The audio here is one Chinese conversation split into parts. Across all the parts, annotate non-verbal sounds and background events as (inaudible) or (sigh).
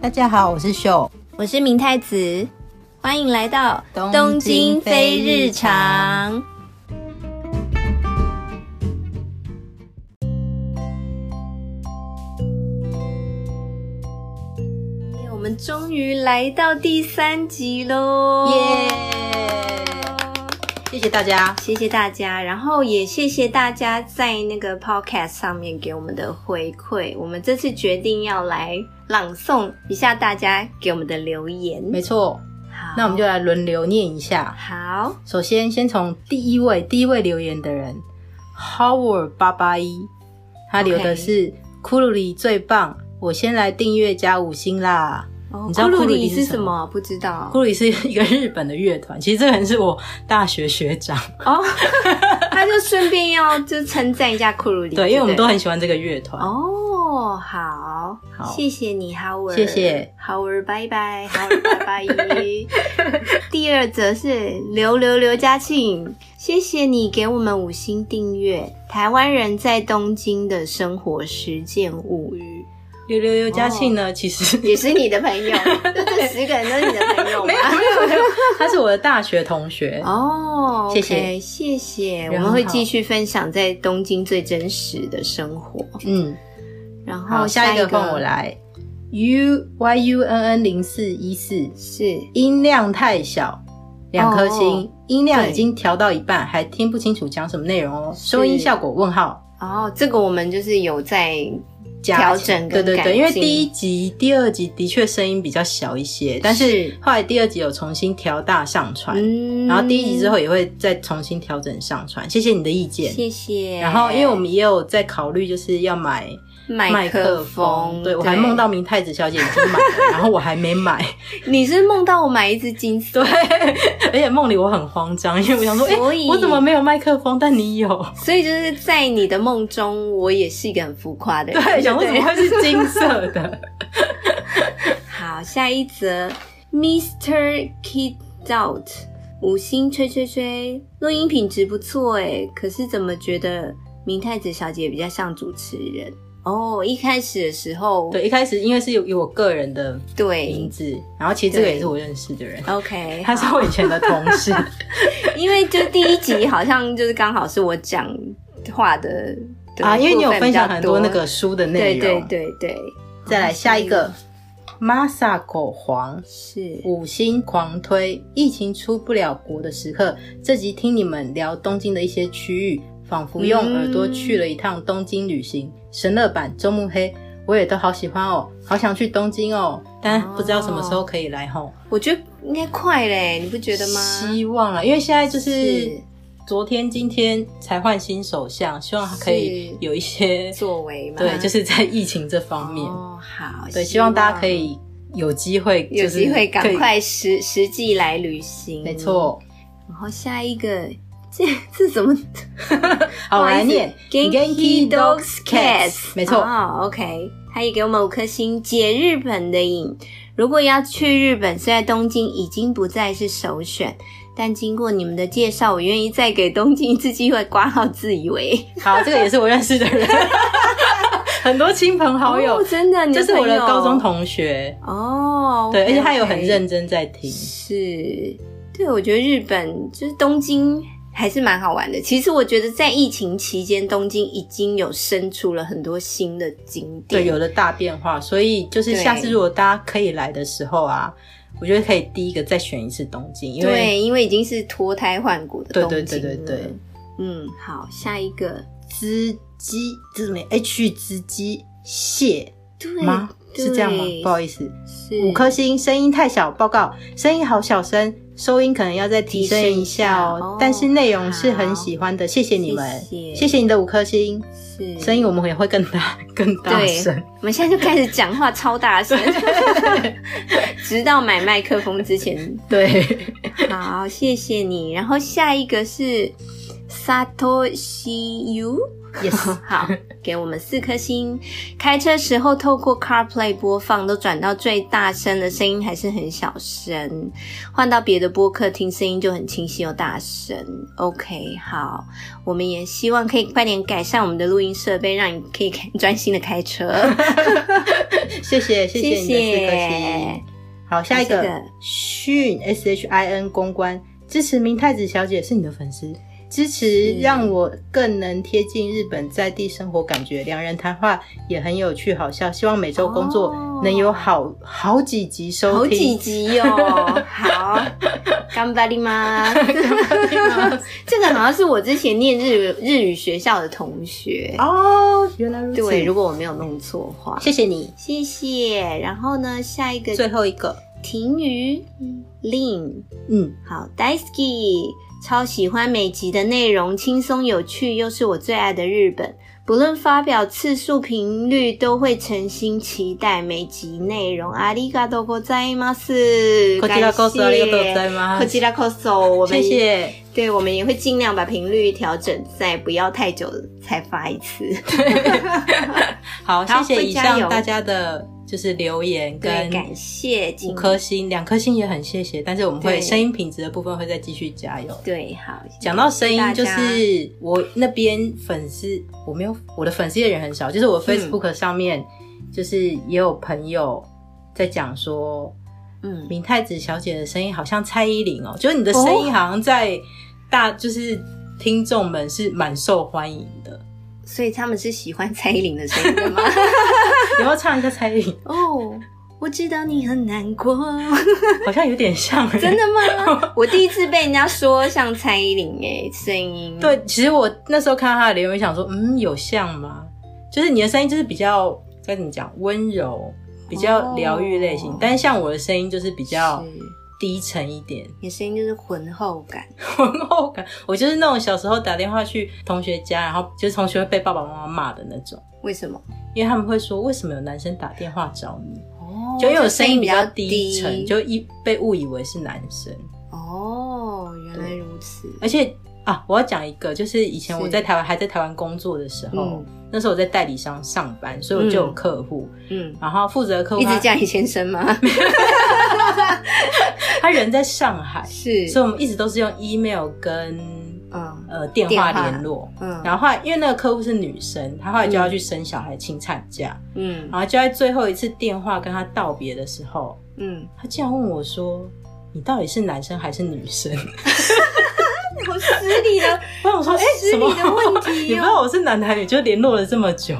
大家好，我是秀。我是明太子，欢迎来到东京非日常。耶哎我们终于来到第三集喽！耶谢谢大家。谢谢大家，然后也谢谢大家在那个 podcast 上面给我们的回馈。我们这次决定要来朗诵一下大家给我们的留言。没错，好，那我们就来轮流念一下。好，首先，先从第一位，第一位留言的人 Howard 八八一，他留的 OK 是库鲁里最棒，我先来订阅加五星啦。哦你知道库库鲁鲁里里是是什什么？不知道库鲁里是一个日本的乐团，其实这个人是我大学学长，哦， (laughs) 他就顺便要就称赞一下库鲁里，对，因为我们对都不对很喜欢这个乐团。哦，好，好谢谢你，Howard，谢谢，Howard，拜拜，Howard，拜拜。 (laughs) 第二则是刘刘刘嘉庆，谢谢你给我们五星订阅《台湾人在东京的生活实践物语六六六嘉庆哦呢，其实》，也是你的朋 (laughs) 友，就这十个人都是你的朋友吗？他是我的大学同学。哦，谢谢 OK，谢谢，我人们会好继续分享在东京最真实的生活。嗯，然后好，下一一个换我来。U Y U N N 零四一四，是音量太小，两颗星，哦音量对已经调到一半，还听不清楚讲什么内容哦。收音效果问号哦，这个我们就是有在加调整对跟对改对，因为进第一集、第二集的确声音比较小一些，但是是后来第二集有重新调大上传，嗯然后第一集之后也会再重新调整上传。谢谢你的意见。谢谢。然后，因为我们也有在考虑，就是要买麦克风，对我还梦到明太子小姐已经买了，然后我还没 (laughs) 买，你是梦到我买一只金丝，对，而且梦里我很慌张，因为我想说，哎、所以我怎么没有麦克风？但你有，所以就是在你的梦中，我也是一个很浮夸的人，对，想不说怎么会是金色的？ (laughs) 好，下一则，Mr. Kid Out，五星吹吹吹，录音品质不错哎，可是怎么觉得明太子小姐比较像主持人？哦，一开始的时候，对，一开始因为是有有我个人的名对字，然后其实这个对也是我认识的人， ，OK，他是我以前的同 (laughs) 事，因为就第一集好像就是刚好是我讲话的的啊，因为你有部分分比较享很多那个书的内对容，对嗯对对，再来下一个，Masako 黄。是五星狂推，疫情出不了国的时刻，这集听你们聊东京的一些区域，仿佛用耳朵去了一趟东京旅行。神乐版周慕黑，我也都好喜欢哦，好想去东京哦，但不知道什么时候可以来吼、我觉得应该快嘞，你不觉得吗？希望啦，因为现在就是是昨天、今天才换新首相，希望他可以是有一些作为嘛，对，就是在疫情这方面，哦，好，对，希望大家可以有机会，有就是机会可赶以，快实实际来旅行，没。错。然后下一个，这这怎么？好，哦我来念 Genki Dogs Cats，没错，哦，OK，他也给我们五颗星，解日本的瘾。如果要去日本，虽然东京已经不再是首选，但经过你们的介绍，我愿意再给东京一次机会，挂号自以为好，这个也是我认识的 (laughs) 人，很多亲朋好友哦，真的，你这是我的朋友高中同学，哦，对，而 OK，且他有很 OK 认真在听，是，对，我觉得日本就是东京还是蛮好玩的。其实我觉得在疫情期间，东京已经有生出了很多新的景点。对，有了大变化，所以就是对下次如果大家可以来的时候啊，我觉得可以第一个再选一次东京，因为对，因为已经是脱胎换骨的对东京对对对了对，嗯，好，下一个，织机这什么 H 织机蟹对吗？是这样吗？不好意意思，思五颗星，声音太小，报告，声音好小声，收音可能要再提升一下哦。提升一下哦但是内容是很喜欢的，谢谢你们，谢谢谢你的五颗星，是声音我们也会更大 (laughs) 更大对声。，我们现在就开始讲话超大 (laughs) 声，直到买麦克风之前对， (laughs) 好，谢谢你。然后下一个是 Satoshi U。 Yes， (laughs) 好，给我们四颗星。开车时候透过 CarPlay 播放，都转到最大声的声音还是很小声，换到别的播客听声音就很清晰又大声。OK，好，我们也希望可以快点改善我们的录音设备，让你可以开专心的开 (laughs) 车。谢 (laughs) 谢谢谢谢你的四颗星。好，下一好个下一个迅 S H I N 公关支持明太子小姐是你的粉丝，支持是让我更能贴近日本在地生活感觉。两人谈话也很有趣好笑，希望每周工作哦能有好、好几集收好几听。集哟、好，干巴里吗？这个好像是我之前念日日语学校的同学，哦，原来如此。对，如果我没有弄错的话，谢谢你。谢谢。然后呢，下一个最后一个，婷瑜令，嗯，好 d a i s k y 超喜欢每集的内容，轻松有趣，又是我最爱的日本。不论发表次数、频率，都会诚心期待每集内容。ありがとうございます。こちらこそありがとうございまこす。ちらこそ，我谢们谢。对，我们也会尽量把频率调整在不要太久才发一次。好，好谢谢会以加油上大家的就是留言对， (laughs) 跟感谢五请颗星，两颗星也很谢谢，但是我们会对声音品质的部分会再继续加油。对，好，讲到声音，就谢谢是我那边粉丝，我没有我的粉丝的人很少，就是嗯我 Facebook 上面，就是也有朋友在讲说，大家嗯，明太子小姐的声音好像蔡依林哦，就是你的声音好像在大，就是听众们是蛮受欢迎 (laughs) 的。所以他们是喜欢蔡依林的声音的吗？有没有唱一下蔡依林？哦，我知道你很难过， (laughs) 好像有点像、欸，真的 (laughs) 吗？我第一次被人家说像蔡依林诶、声音，，对，其实我那时候看到他的留言，想说，嗯，有像吗？就是你的声音就是比较该怎么讲，温柔，比较疗愈类型，哦但是像我的声音就是比较是低沉一点， (laughs) 你的声音就是浑厚感，浑厚感。我就是那种小时候打电话去同学家，然后就是同学会被爸爸妈妈骂的那种，为什么？因为他们会说，为什么有男生打电话找你？哦就因为我声音比较低低沉，就一被误以为是男生。哦，原来如此，而且啊，我要讲一个，就是以前是我在台湾还在台湾工作的时候，嗯那时候我在代理商上班，所以我就有客户，嗯，然后负责的客户一直他叫你先 (laughs) 生吗？他人在上海，是，所以我们一直都是用 email 跟嗯呃电话联络。嗯，然后后来，因为那个客户是女生，她后来就要去生小孩、请产假，嗯然后就在最后一次电话跟她道别的时候，嗯，她竟然问我说：“你到底是男生还是女 (laughs) 生？” (laughs) 好失礼的我想说，哎、失什么礼的问题哦 (laughs) 你不知道我是男男女，就联络了这么久。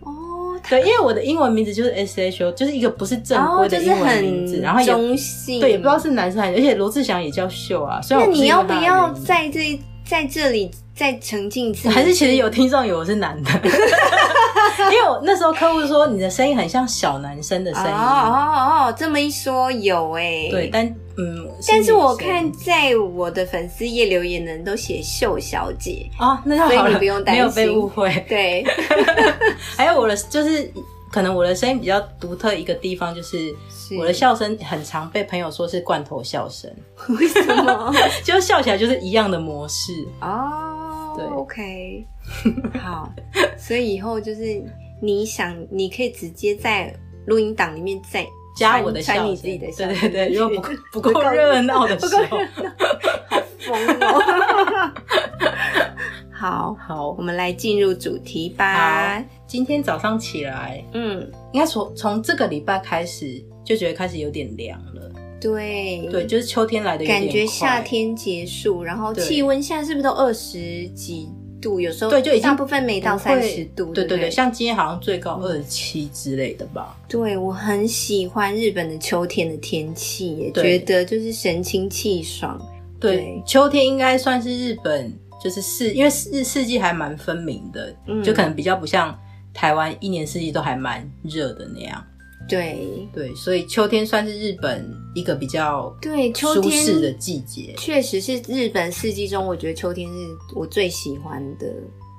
哦， (laughs) 对，因为我的英文名字就是 S H O，就是一个不哦是正规的哦就是英文名字，很然后也中性，对，也不知道是男生还是，而且罗志祥也叫秀啊，虽那然我你是要用不他的要原因在这在这里再澄清一次？还是其实有听众以为我是 (laughs) 男的，因为我那时候客户说你的声音很像小男生的哦声音，哦哦，这么一说有哎、对，。但嗯，但是我女看生在我的粉丝页留言的人都写秀小 (laughs) 姐，哦，那就所以好你了，不用担没有被心误会。对，还有我的就是。可能我的声音比较独特，一个地方就是 (laughs) 是我的笑声很常被朋友说是罐头笑声， (laughs) 为什么？就笑起来就是一样的模式。(laughs) 哦，对，OK，好，所以以后就是你想，你可以直接在录音档里面再加我的笑穿穿声，你自己的对笑对声对，进如果去不 (laughs) 够不够热闹的时候，疯哦。 (laughs) 好，好我，们来进入主题吧。今天早上起来，嗯，应该从从这个礼拜开始就觉得开始有点凉了，对对，。就是秋天来的嗯感觉夏，天结束，然后对气温现在是不是都二十几度？有时候对就已经大部分没到不会三十度。对对对不对，像今天好像最高二十七之类的吧，对我很喜欢日本的秋天的天气，也觉对得就是神清气爽。对对，秋天应该算是日本就是四，因为四四季还蛮分明的，嗯就可能比较不像台湾一年四季都还蛮热的那样，对对，所以秋天算是日本一个比较对，秋舒天适的季节。确实是日本四季中，我觉得秋天是我最喜欢的。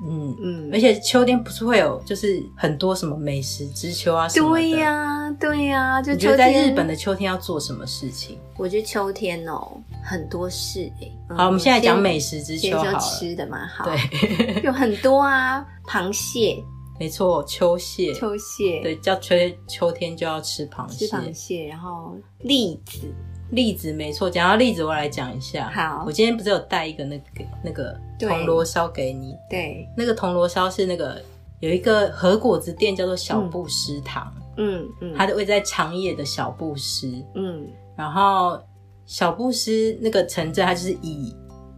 嗯，嗯而，且秋天不是会有就是很多什么美食之秋啊什么的。对呀、对呀、就你觉得秋天在日本的，秋天要做什么事情？我觉得秋天哦，很多事诶、嗯好，我们现在讲美食之先秋好说了。吃的嘛，好，对， (laughs) 有很多啊，螃蟹、没错，秋蟹，秋蟹，对，叫秋秋天就要吃螃吃蟹。螃蟹，然后栗子，栗子没错，讲到栗子，我来讲一下。好我今天不是有带一个那个那个对铜锣烧给你，对，那个铜锣烧是那个有一个和果子店叫做小布食堂，嗯嗯，它的位在长野的小布施，嗯然后小布施那个城镇，它就是以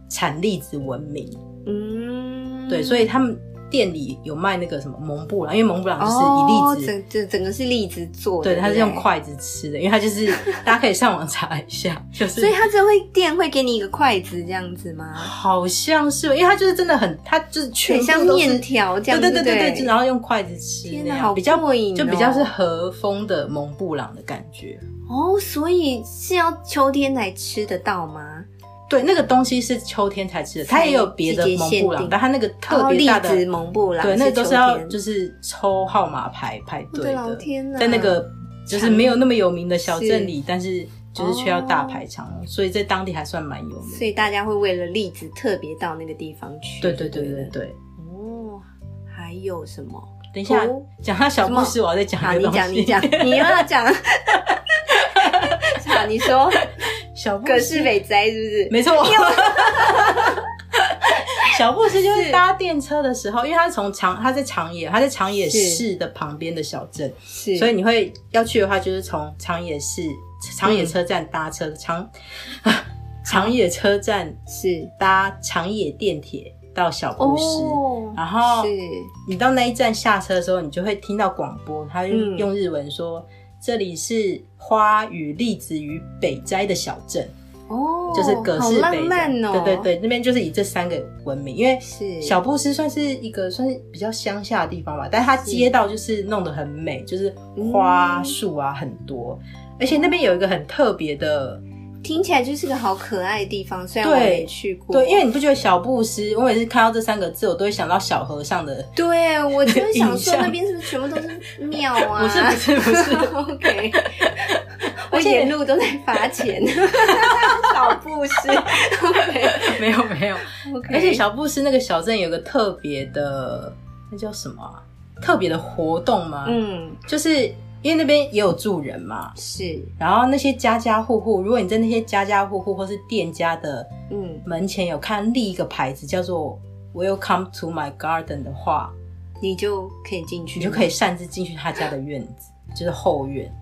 产栗子闻名，嗯，对，所以他们店里有卖那个什么蒙布朗，因为蒙布朗哦就是以栗子。整整整个是栗子做的，对，对，它是用，筷子吃的，因为它就是大家可以上网查一下， (laughs) 就是所以它这会店会给你一个筷子这样子吗？好像是，因为它就是真的很，它就是全很部像都是面条这对样，对对对对对，不，然后用筷子吃天那哪样，好比较过瘾就比较哦是和风的蒙布朗的感觉。哦，所以是要秋天才吃得到吗？对，那个东西是秋天才吃的，它才也有别的季节蒙限布朗定，但它那个特哦别栗大的，子蒙布朗，对，那个都秋是要天就是抽号码牌排我队的老的，天啊哪，在那个就是没有那么有名的小是哦镇里，但是就是却要大排长龙，所以在当地还算蛮有名。所以大家会为了栗子特别到那个地方去。对对对对不。对，哦，还有什么？等一下哦讲他小什故么事，我要再讲好，一你个东讲，你西。讲， (laughs) 你又要讲。好，你 (laughs) 说小布葛施饰北斋是不是？没错。 (laughs) 小布斯就是搭电车的时候，因为他从长，他在长野，他在长野是市的旁边的小镇，是，所以你会要去的话，就是从长野市长野车站搭车，长长野车站是搭长野电铁到小布斯。哦，然后是你到那一站下车的时候，你就会听到广播，他嗯用日文说：“这里是花与栗子与北斋的小镇。”哦，就是葛好饰浪北漫站哦，对对对，那边就是以这三个闻名，因为是小布斯算是一个算是比较乡下的地方吧，但它街道就是弄得很美，就是花嗯树啊很多，而且那边有一个很特别的，听起来就是个好可爱的地方，虽然我对没去过，对，因为你不觉得小布斯，我每次看到这三个字，我都会想到小和尚 (laughs) 的。对我就是印想说象那边是不是全部都是庙啊？不是不是不是，OK，我而且沿路都在罚钱，少布施，OK 没有没有，(laughs) OK，而且小布斯那个小镇有个特别的，那叫什么啊？特别的活动吗？嗯就是因为那边也有住人嘛，是然后那些家家户户，如果你在那些家家户户或是店家的嗯，门前有看立一个牌子叫做 “Welcome to my garden” 的话，你就可以进去，你就可以。擅自进去他家的院子，就是后院，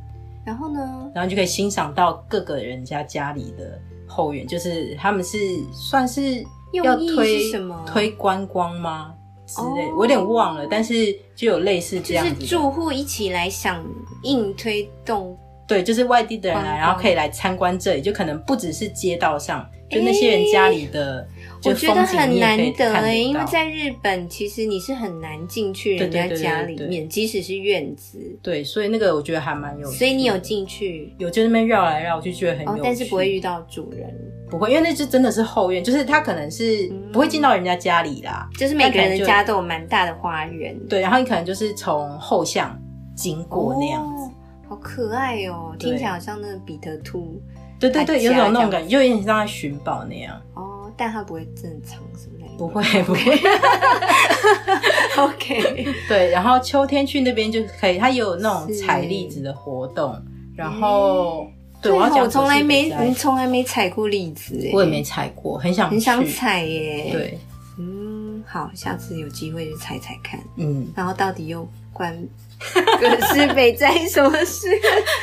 然后呢？然后你就可以欣赏到各个人家家里的后院，就是他们是算是要用意推是什么推观光吗？之类哦我有点忘了，但是就有类似这就样是子的，住户一起来响应推动，对，就是外地的人观来，光然后可以来参观这里，就可能不只是街道上，就那些人家里的，就我觉得风景你很也难可以得看哎、到因为在日本其实你是很难进去人家对对对对家里对面，即使是院子，对，所以那个我觉得还蛮有趣的，所以你有进去，有就那边绕来绕去，觉得很有哦趣，，但是不会遇到主人。不会，因为那就真的是后院，就是他可能是嗯不会进到人家家里啦，就是每个人的家都有蛮大的花园，对，然后你可能就是从后巷经过那样子，哦，好可爱哦，对听起来好像那个彼得兔对对对，有种那他种家感觉，就有点像在寻宝那样，哦，但它不会正常什么的，不 (laughs) 会不会， OK，对，然后秋天去那边就可以，它也有那种是采栗子的活动，然后 (laughs) 对，我所以要讲我从来可没是北斋从来没采过栗子哎，我也没采过，很想很想去，采耶，，对，嗯，好，下次有机会去采采看，嗯，然后到底又关葛 (laughs) 饰北斋什么事？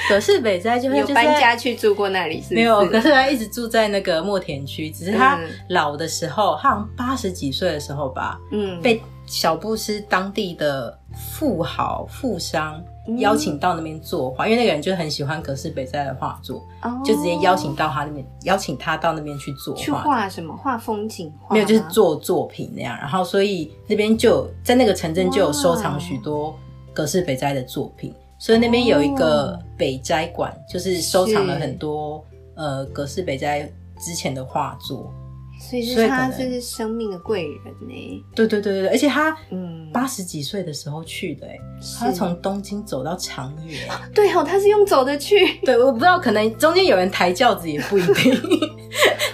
可是北斋就会有就是搬在家去住过那里是不是？没有， (laughs) 可是他一直住在那个墨田区，只是他嗯老的时候，他好像八十几岁的时候吧，嗯，被小布斯当地的富豪富商嗯邀请到那边作画，因为那个人就很喜欢葛饰北斋的画作，哦就直接邀请到他那边，邀请他到那边去作去画。画什么？画风景画没有，就是吗做作品那样，然后所以那边就有在那个城镇就有收藏哇许多葛饰北斋的作品，所以那边有一个哦北斋馆，就是收藏了是很多呃葛饰北斋之前的画作。所以所以可是他能就是生命的贵人呢、对对对对对，而且他嗯，八十几岁的时候去的、欸，是他从东京走到长野、 (laughs) 欸对哦，他是用走的去，对，我不知道，可能中间有人抬轿子也不一定。 (laughs)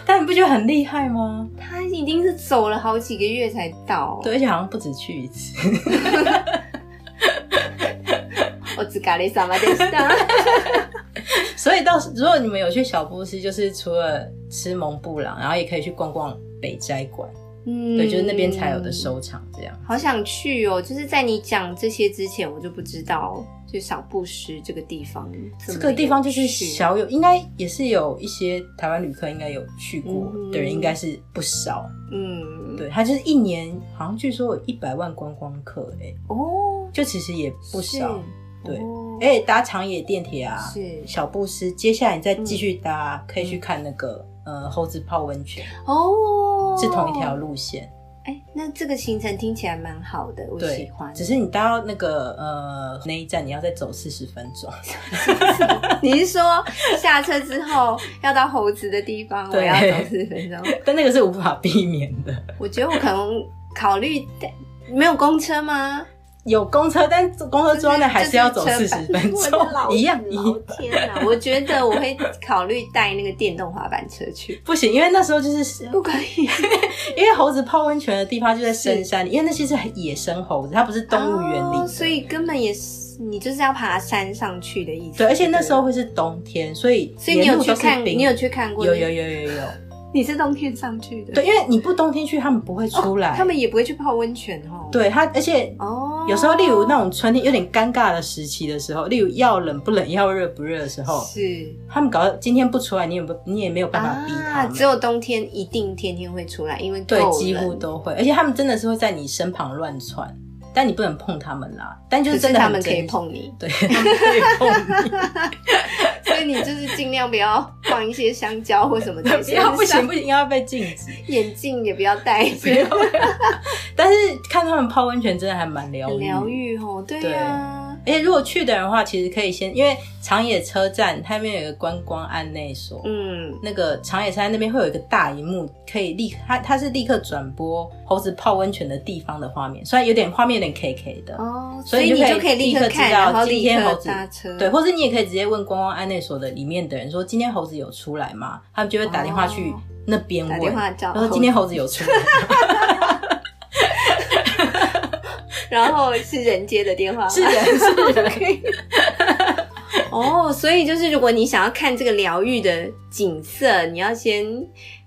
但你不觉得很厉害吗？他一定是走了好几个月才到。对，而且好像不止去一次。我哦只咖喱萨马德西达。 (laughs) 所以到时如果你们有去小布斯，就是除了吃蒙布朗，然后也可以去逛逛北斋馆，嗯对，就是那边才有的收藏这样。好想去哦！就是在你讲这些之前，我就不知道，就小布什这个地方，这个地方就是小，小有，应该也是有一些台湾旅客应该有去过嗯的人，应该是不少。嗯，对，它就是一年好像据说有一百万观光客、欸，哦，就其实也不少。对哦哎、搭长野电铁啊，是嗯小布斯，接下来你再继续搭，可以去看那个呃猴子泡温泉，哦，是同一条。路线。哎，那这个行程听起来蛮好的，我喜对欢，。只是你搭到那个呃那一站，你要再走四十分钟。 (laughs) 你是说下车之后要到猴子的地方，我对要走四十分钟？ (laughs) 但那个是无法避免的。我觉得我可能考虑没有公车吗？有公车，但公车之后呢，还是要走四十 (laughs) 分就是车吧钟，一样我的一老样。老天啊！我觉得我会考虑带那个电动滑板车去，不行，因为那时候就是不可以。因为猴子泡温泉的地方就在深山里，因为那些是野生猴子，它不是动物园里的、哦所以根本也是你就是要爬山上去的意思。对，而且那时候对会是冬天，所以不对，所以你沿有路去都是看，冰你有去看过？有有，有有有，你是冬天上去的，对，，因为你不冬天去，他们不会出来，哦他们也不会去泡温泉哦。，对它，而且哦，有时候，例如那种春天有点尴尬的时期的时候，例如要冷不冷，要热不热的时候，是他们搞到今天不出来，你也不你也没有办法逼他啊，们。只有冬天一定天天会出来，因为对，够几冷乎都会，而且他们真的是会在你身旁乱窜，但你不能碰他们啦。但就可是真是的他很们可以真实，碰你，对，他们可以碰你， (laughs) 所以你就是尽量不要放一些香蕉或什么 (laughs) 在不身要 (laughs) 上，不行不行，要被禁 (laughs) 止。眼镜也不要戴，不要， (laughs) 但是看他们泡温泉真的还蛮疗很愈。疗愈哦，对呀、啊，而且如果去的人的话，其实可以先，因为长野车站它那边有一个观光案内所，嗯，那个长野山那边会有一个大荧幕，可以立它它是立刻转播猴子泡温泉的地方的画面，虽然有点画面有点 K K 的，哦，所以你你就就可可以以立立刻刻看，知道然后今立天刻猴子搭车，对，或是你也可以直接问观光案内所的里面的人说，今天猴子有出来吗？他们就会打电话去哦那边打问，电话叫然后今天猴子有出 (laughs) 来吗， (laughs) 然后是人接的电话，是人是 (laughs) 人，哦，所以就是如果你想要看这个疗愈的景色，你要先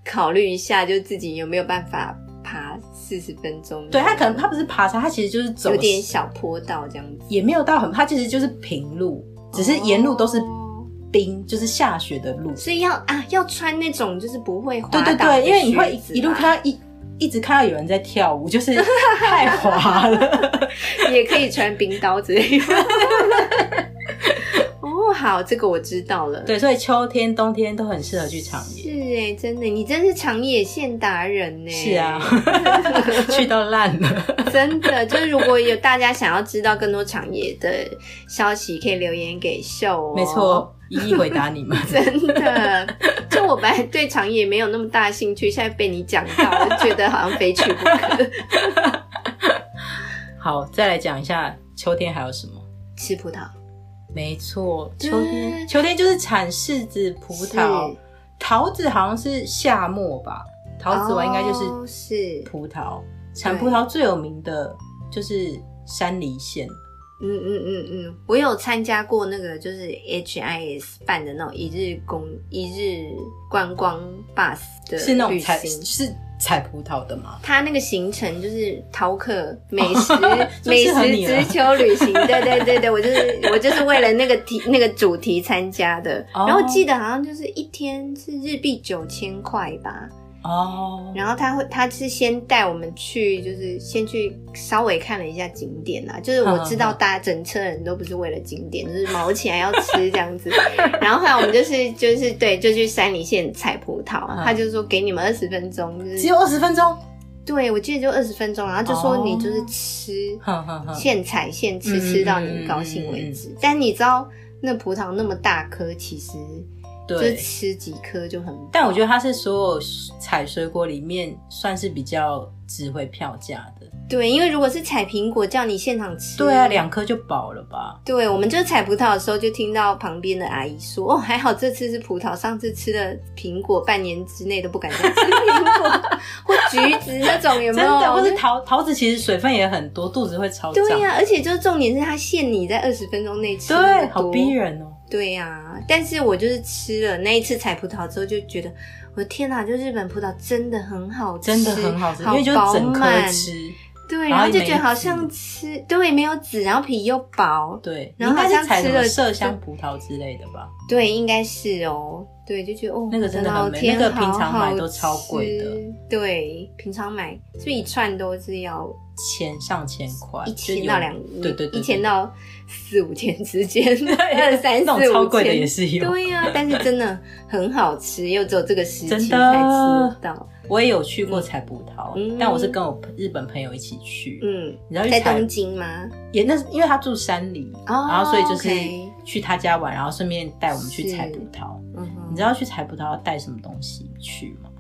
考虑一下，就自己有没有办法爬四十分钟，对他可能他不是爬山，他其实就是走有，点小坡道这样子，也没有到很，他其实就是平路，只是沿路都是哦冰，就是下雪的路。所以要啊，要穿那种就是不会滑对对倒的对，因为你会靴子啊一一路嘛看到一。一直看到有人在跳舞，就是太滑了。也可以穿冰刀之 (laughs) 类的。哦，好，这个我知道了。，对，所以秋天、冬天都很适合去长是野。哎、真的，你真是长野县达人呢、欸是 (laughs) 啊， (laughs) 去到烂了。真的，就是如果有大家想要知道更多长野的消息，可以留言给秀、哦。没，错，一一回答你们。 (laughs) 真的，就我本来对长野没有那么大兴趣，现在被你讲到，我就觉得好像非去不可。 (laughs) 好，再来讲一下秋天还有什么？吃葡萄，没错，对秋天，秋天就是产柿子、葡萄嗯是、桃子，好像是夏末吧。桃子完应该就哦是是，葡萄，产葡萄最有名的就是山梨县。嗯嗯嗯嗯，我有参加过那个就是 HIS 办的那种一日公一日观光 bus 的是那种旅采行。是采葡萄的吗？它那个行程就是逃课、(laughs) 美食、就美适合食你了之秋 (laughs) 旅行，对对对对，我就是我就是为了那个题那个主题参加的。哦然后记得好像就是一天是日币九千块吧，哦，然后他会，他是先带我们去，就是先去稍微看了一下景点啊，就是我知道大家整车人都不是为了 (laughs) 景点，就是毛起来要吃这样子。然后后来我们就是就是对，就去山梨县采葡萄，啊嗯他就说给你们二十分钟，就只是有二十分钟。对我记得就二十分钟，然后就说哦你就是吃哼哼嗯哼现采现吃，嗯吃到你高兴为止。但你知道那葡萄那么大颗，其实就对，吃几颗就很饱。但我觉得它是所有采水果里面算是比较值回票价的。对，因为如果是采苹果叫你现场吃，对啊，两颗就饱了吧？对，我们就采葡萄的时候，就听到旁边的阿姨说：“哦，还好这次是葡萄，上次吃的苹果，半年之内都不敢再吃苹果或橘子那种，有真没有？”的，或我是就桃桃子其实水分也很多，肚子会超胀。对呀、而且就是重点是它限你在二十分钟内吃那对，么多好逼。人哦。对呀、但是我就是吃了那一次采葡萄之后，就觉得我的天哪、就日本葡萄真的很好吃，真的很好吃，因为就是饱整颗满，吃，对，然然后后就没觉得好籽像吃对没有籽，然后皮又薄，对，然你后应该是采什好么像吃了麝香葡萄之类的吧？对，应该是哦。对，就觉得哦，那个真的很我美老天那个平常好好买都超贵的吃。对，平常买是不是一串都是要千上千块，啊一就千有到两，对对对，一千对到四五千之 (laughs) 间，二三四那种五千，超贵的也是有。(laughs) 对呀、但是真的很好吃，又只有这个时期才真吃的得到。我也有去过采葡萄，嗯但我是跟我日本朋友一起去，嗯，你知道去在采东京吗？也那是因为他住山里，哦然后所以就是 OK 去他家玩，然后顺便带我们去是采葡萄。嗯哼，你知道去采葡萄要带什么东西去吗？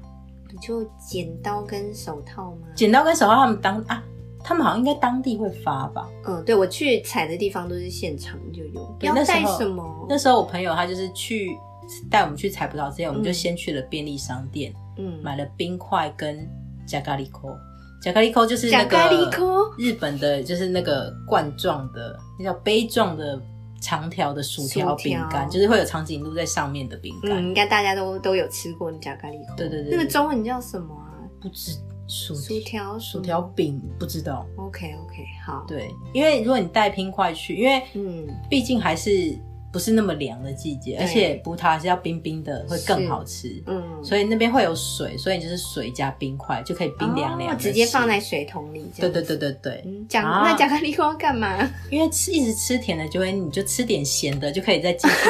你就剪刀跟手套吗？剪刀跟手套他们当啊，他们好像应该当地会发吧？嗯，对我去采的地方都是现场就有。对要那时带候什么？那时候我朋友他就是去带我们去采葡萄之前，我们就嗯先去了便利商店、嗯，买了冰块跟加咖喱扣。加咖喱扣就是那甲咖喱个扣。日本的，就是那个罐状的，那叫杯状的长条的薯条饼干，薯条就是会有长颈鹿在上面的饼干。嗯，应该大家都都有吃过加咖喱口。对对对那个中文叫什么啊？不知薯薯条，薯条。饼不知道。 OK OK，好。，对，因为如果你带冰块去，因为嗯，毕竟还是不是那么凉的季节，对而且葡萄还是要冰冰的，会更好吃。嗯，所以那边会有水，所以你就是水加冰块就可以冰凉凉、哦，直接放在。水桶里。这对样对子对。对对，嗯，讲啊那加咖喱口要干嘛？因为吃一直吃甜的，就会你就吃点咸的，就可以再继续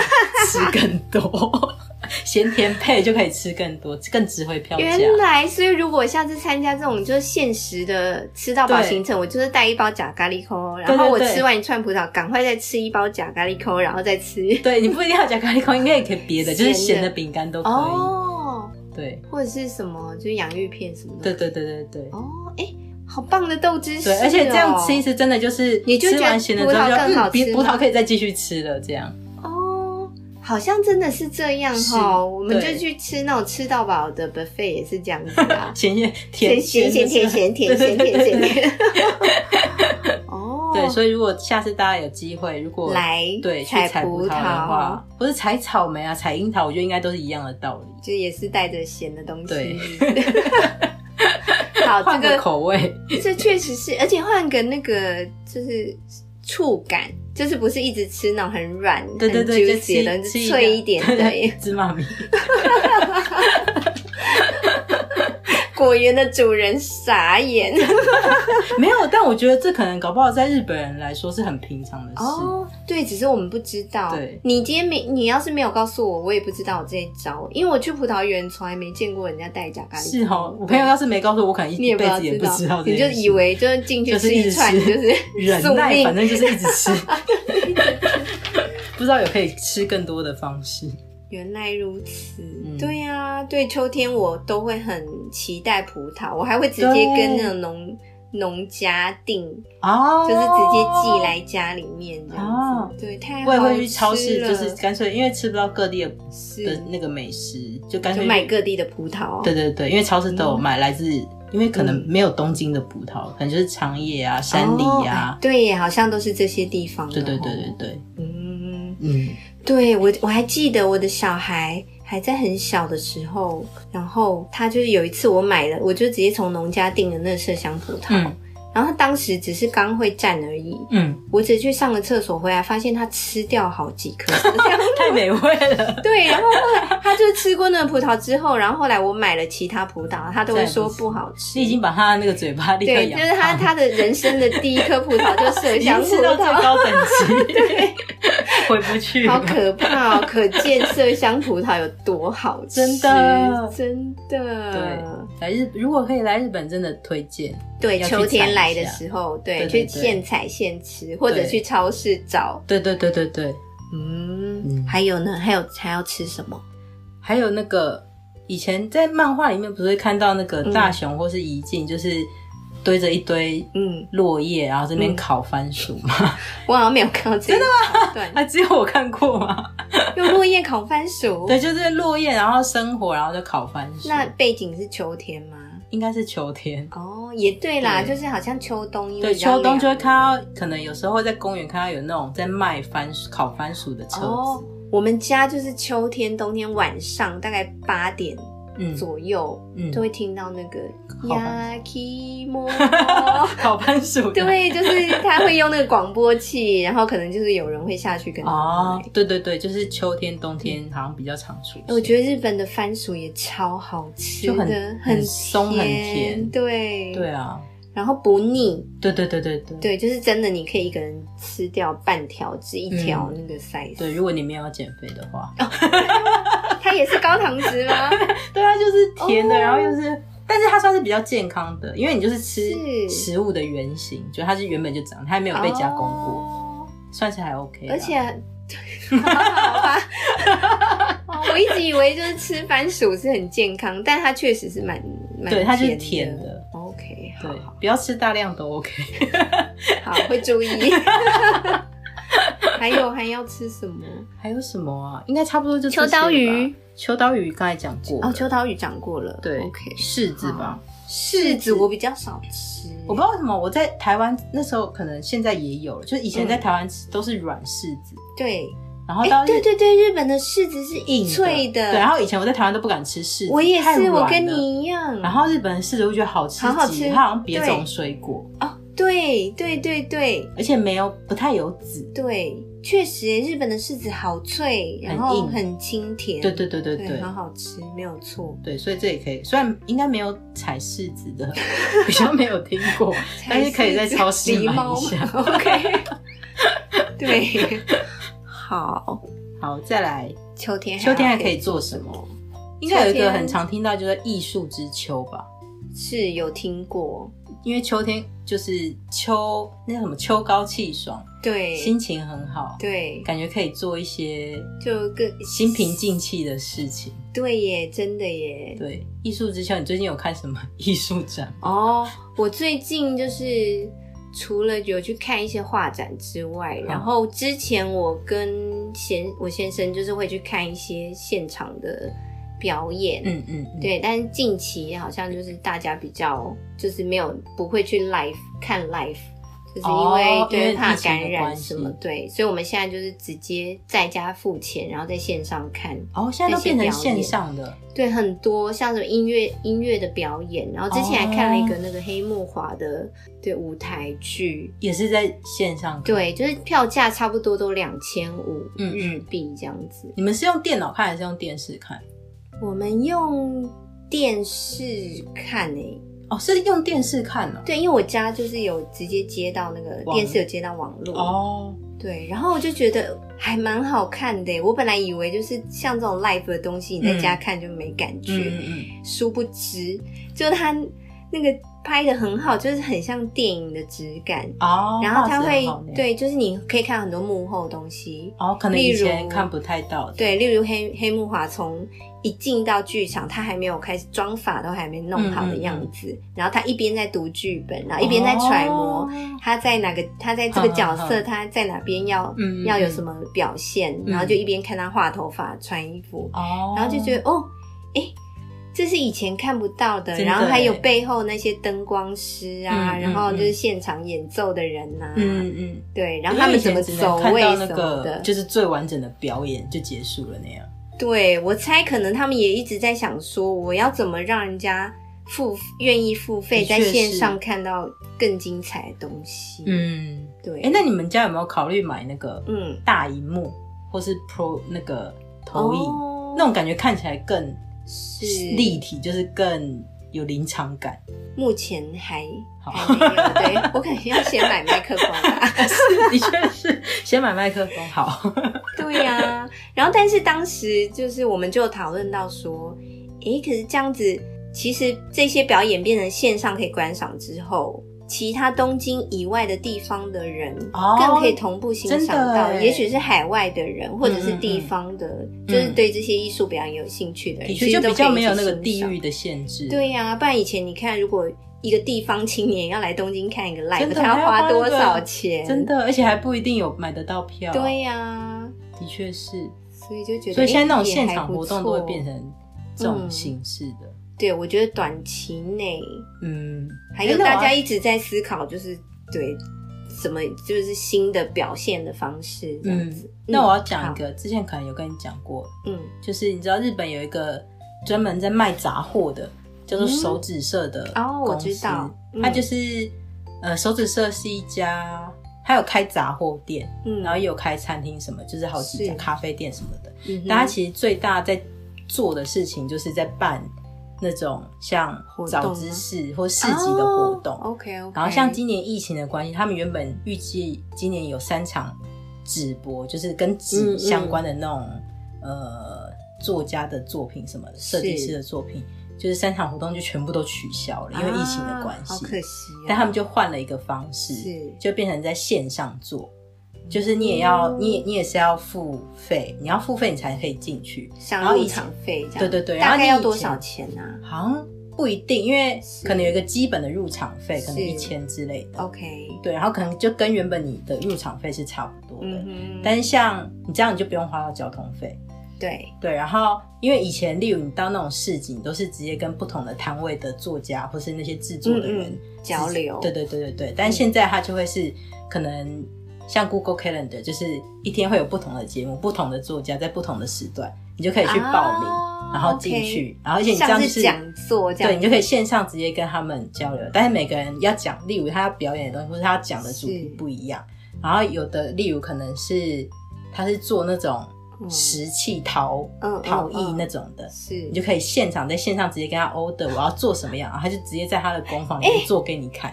吃更多， (laughs) 咸甜配就可以吃更多，更值回票价。原来，所以如果我下次参加这种就是限时的吃到饱对行程，我就是带一包假咖喱扣，对然对后我对吃完一串葡萄，赶快再吃一包假咖喱扣，然后再 (laughs) 吃。对你不一定要加咖喱口，应该也可以别的，就是咸的咸的饼干都可以。哦，对或者是什么，就是洋芋片什么的。对对对对对。哦，哎，好棒的豆汁、哦、对，而且这样吃一次真的就是，你就吃觉得完咸的之后就葡萄更好嗯，比吃葡吗萄可以再继续吃了，这样。哦，好像真的是这样哈、是我们对，就去吃那种吃到饱的 buffet 也是这样子啊咸咸甜咸咸的甜是吧咸甜对对咸甜对咸对对甜。 (laughs) 哦， (laughs) 对，所以如果下次大家有机会，如果来对去采采葡葡萄的萄话，，或是采草莓啊、采樱桃，我觉得应该都是一样的道理。就也是带着咸的东西。对 (laughs) 好，换哦这个个口味，这确实是，而且换个那个就是触感，就是不是一直吃那种很软、对对对，很就 juicy 吃的东西，吃就脆一点对 (laughs) 对的芝麻米。 (laughs) 果园的主人傻眼没有，但我觉得这可能搞不好在日本人来说是很平常的事。哦，对，只是我们不知道。对你今天没，你要是没有告诉我，我也不知道我这一招，因为我去葡萄园从来没见过人家带假咖喱。是哦，我朋友要是没告诉我，我可能你一也不辈知道子也不知道这你就件事，以为就是进去就是吃一一直串，吃就是忍 (laughs) 宿耐，命反正就是一直吃， (laughs) 不知道有可以吃更多的方式。原来如此，嗯对呀、对秋天我都会很期待葡萄，我还会直接对跟那种农农家订，哦，就是直接寄。来家里面这样子。哦对，太好我也会去超市，吃了就是干脆因为吃不到各地的的是那个美食，就干就脆买去各地的葡萄。啊对对对，因为超市都有嗯买来自，因为可能嗯没有东京的葡萄，可能就是长野啊、哦，山里哎啊，对耶，好像都是这些地方对的哦。对对对对，嗯，嗯，对我我还记得我的小孩还在很小的时候，然后他就是有一次我买了，我就直接从农家订的那麝香葡萄，嗯然后他当时只是刚会站而已，嗯，我只去上个厕所回来，发现他吃掉好几颗， (laughs) 这样太美味了，对，然后后来他就吃过那个葡萄之后，然后后来我买了其他葡萄，他都会说不好吃你已。经把它那个嘴巴立刻对，养就是他胖他的人生的第一颗葡萄就是 (laughs) 麝已经香葡吃到最萄，高等 (laughs) 级，对，回不去好了，可怕哦！可见麝香葡萄有多好吃，真的真的。对，来日如果可以来日本，真的推荐，对，要去秋采天一来的下时候，对，对对去对现采现吃，或者对去超市找。对对对对对，嗯嗯，还有呢？还有还要吃什么？还有那个以前在漫画里面不是会看到那个大雄或是怡静，就是堆着一堆嗯，落叶，然后这边烤番薯吗？ (laughs) 我好像没有看到这个，真 (laughs) 的吗？啊，只有我看过吗？对，用落叶烤番薯。 (laughs) 对，就是落叶，然后生火，然后就烤番薯。哦那背景是秋天吗？应该是秋天。哦，也对啦，对就是好像秋冬，因为对，比较秋冬就会凉看到，可能有时候会在公园看到有那种在卖番薯、烤番薯的车子。哦。我们家就是秋天、冬天晚上大概八点嗯左右，嗯就，会听到那个好吧 yakimo， (laughs) 烤番薯。。对，就是他会用那个广播器，然后可能就是有人会下去跟他哦买。，对对对，就是秋天、冬天好像比较常出现。我觉得日本的番薯也超好吃的，就很很很松很甜对对，啊，然后不腻，对对对对对对，就是真的你可以一个人吃掉半条至一条那个 size，、嗯对，如果你没有要减肥的话，哦它也是高糖值吗？对啊，就是甜的，哦然后又是，但是它算是比较健康的，因为你就是吃是食物的原型，就它是原本就长，它还没有被加工过，哦算是还 OK 啦。而且， (laughs) 好吧，哦我一直以为就是吃番薯是很健康，但它确实是蛮蛮对，它就是甜甜的。的， OK，好对，不要吃大量都 OK。好会注意。 (laughs) 还有还要吃什么？还有什么啊？应该差不多就这些秋刀了鱼吧。秋刀鱼刚才讲过了哦，秋刀鱼长过了。对，OK，柿子吧。柿子我比较少吃，我不知道为什么我在台湾那时候，可能现在也有了，就是以嗯前在台湾吃都是软柿子，对，然后哎、到日对对对，日本的柿子是哦硬脆的，对。然后以前我在台湾都不敢吃柿子，我也太是，软了我跟。你一样。然后日本的柿子我觉得好吃极，好好吃它好像别种水果，哦，对对对对而且没有不太有籽。对，确实日本的柿子好脆，然很后硬很清甜，对对对对对对很好吃，没有错。对，所以这也可以，虽然应该没有采柿子 (laughs) 的，比较没有听过，但是可以在超市狸买猫一下。 (laughs) OK，对， (laughs) 好，好，再来，秋天秋天还还可以做什么？应该有一个很常听到，就是艺术之秋吧。是有听过，因为秋天就是秋，那叫什么秋高气爽，对心情很好，对，感觉可以做一些就更心平静气的事情。对耶，真的耶，对，艺术之秋，你最近有看什么 (laughs) 艺术展？哦，我最近就是除了有去看一些画展之外，嗯然后之前我跟先我先生就是会去看一些现场的表演，嗯嗯，嗯，对，但是近期好像就是大家比较就是没有不会去 live 看 live。就是因为、哦因对为怕疫情的感染关系什么，对，所以我们现在就是直接在家付钱，然后在线上看，哦，现在都变成线上的，对，很多像什么音乐音乐的表演，然后之前还看了一哦个那个黑木华的对舞台剧，也是在线上。，对，就是票价差不多都两千五嗯日币这样子。你们是用电脑看还是用电视看？我们用电视看诶、哦，是用电视看哦。对，因为我家就是有直接接到那个网电视有接到网络，哦，对，然后我就觉得还蛮好看的欸、我本来以为就是像这种 live 的东西，你在家看就没感觉，嗯嗯殊不知，就他那个拍的很好，就是很像电影的质感。嗯，哦，然后他画质会很好那样，对，就是你可以看很多幕后东西。哦，可能例以如前看不太到的，对，例如黑黑木华从一进到剧场，他还没有开始妆法，都还没弄好的嗯样子。然后他一边在读剧本，然后一边在揣摩哦他在哪个他在这个角色嗯嗯嗯他在哪边要、嗯嗯要有什么表现，嗯然后就一边看他画头发、穿衣服，哦，然后就觉得哦，哎、这是以前看不到的，真的然后还有欸背后那些灯光师啊，嗯嗯然后就是现场演奏的人呐、啊，嗯嗯。对，然后他们怎么走看位到什那么个的，就是最完整的表演就结束了那样。对我猜可能他们也一直在想说，我要怎么让人家付愿意付费的确在是线上看到更精彩的东西，，嗯，对，哎、那你们家有没有考虑买那个嗯，大荧幕或是 Pro 那个投影、哦那种感觉看起来更是立体，就是更有临场感。目前还好还没有，对我可能要先买麦克风吧。的确 (laughs) 是，先买麦克风 (laughs) 好。对呀、然后但是当时就是我们就有讨论到说，诶，可是这样子，其实这些表演变成线上可以观赏之后，其他东京以外的地方的人，哦更可以同步欣赏真到，的耶也许是海外的人，或者是地方的，就是嗯对这些艺术表演有兴趣的人，的其确实就都比较可以没有去那个欣地赏域的限制。对呀、不然以前你看，如果一个地方青年要来东京看一个 live，真的他还要花花多那个少钱？真，的，而且还不一定有买得到票。对，呀、的确是。所以就觉得，所以现在那种诶现场活动都会。也还不变错嗯成这种形式的。对，我觉得短期内嗯，还有诶那我大家要一直在思考，就是对什么就是新的表现的方式这样子。嗯那我要讲一个，之前可能有跟你讲过，嗯，就是你知道日本有一个专门在卖杂货的，叫做手指社的嗯哦我公司知道嗯它就是呃手指社是一家，它有开杂货店，嗯然后也有开餐厅什么，就是好几家是咖啡店什么的。嗯哼但它其实最大在做的事情，就是在办那种像活动早吗知识或市集的活动。哦 OK OK，然后像今年疫情嗯的关系，他们原本预计今年有三场直播，就是跟嗯纸嗯相关的那种、呃作家的作品什么的，设计师的作品，就是三场活动就全部都取消了，因为疫情的关啊好系。可惜啊、但他们就换了一个方式，是就变成在线上做，就是你也要，嗯你也你也是要付费，你要付费你才可以进去，然像后入以前场费这样，对对对然后大概你要以多前少钱啊好像不一定，因为是可能有一个基本的入场费，可能是一千之类的。 ？OK，对，然后可能就跟原本你的入场费是差不多的，嗯哼，但是像你这样你就不用花到交通费。对，对，然后因为以前，例如你到那种市集，你都是直接跟不同的摊位的作家或是那些制作的人嗯嗯直交流对对对对对，但现在它就会是可能像 Google Calendar，就是一天会有不同的节目、不同的作家在不同的时段，你就可以去报名，啊然后进 OK 去，然后而且你这样像就是是讲座这样，对你就可以线上直接跟他们交流，但是每个人要讲，例如他要表演的东西或者他要讲的主题是不一样，然后有的例如可能是他是做那种嗯石器陶、嗯嗯陶艺嗯那种的，是你就可以现场在线上直接跟他 order 我要做什么样，然后他就直接在他的工坊里哎面做给你看，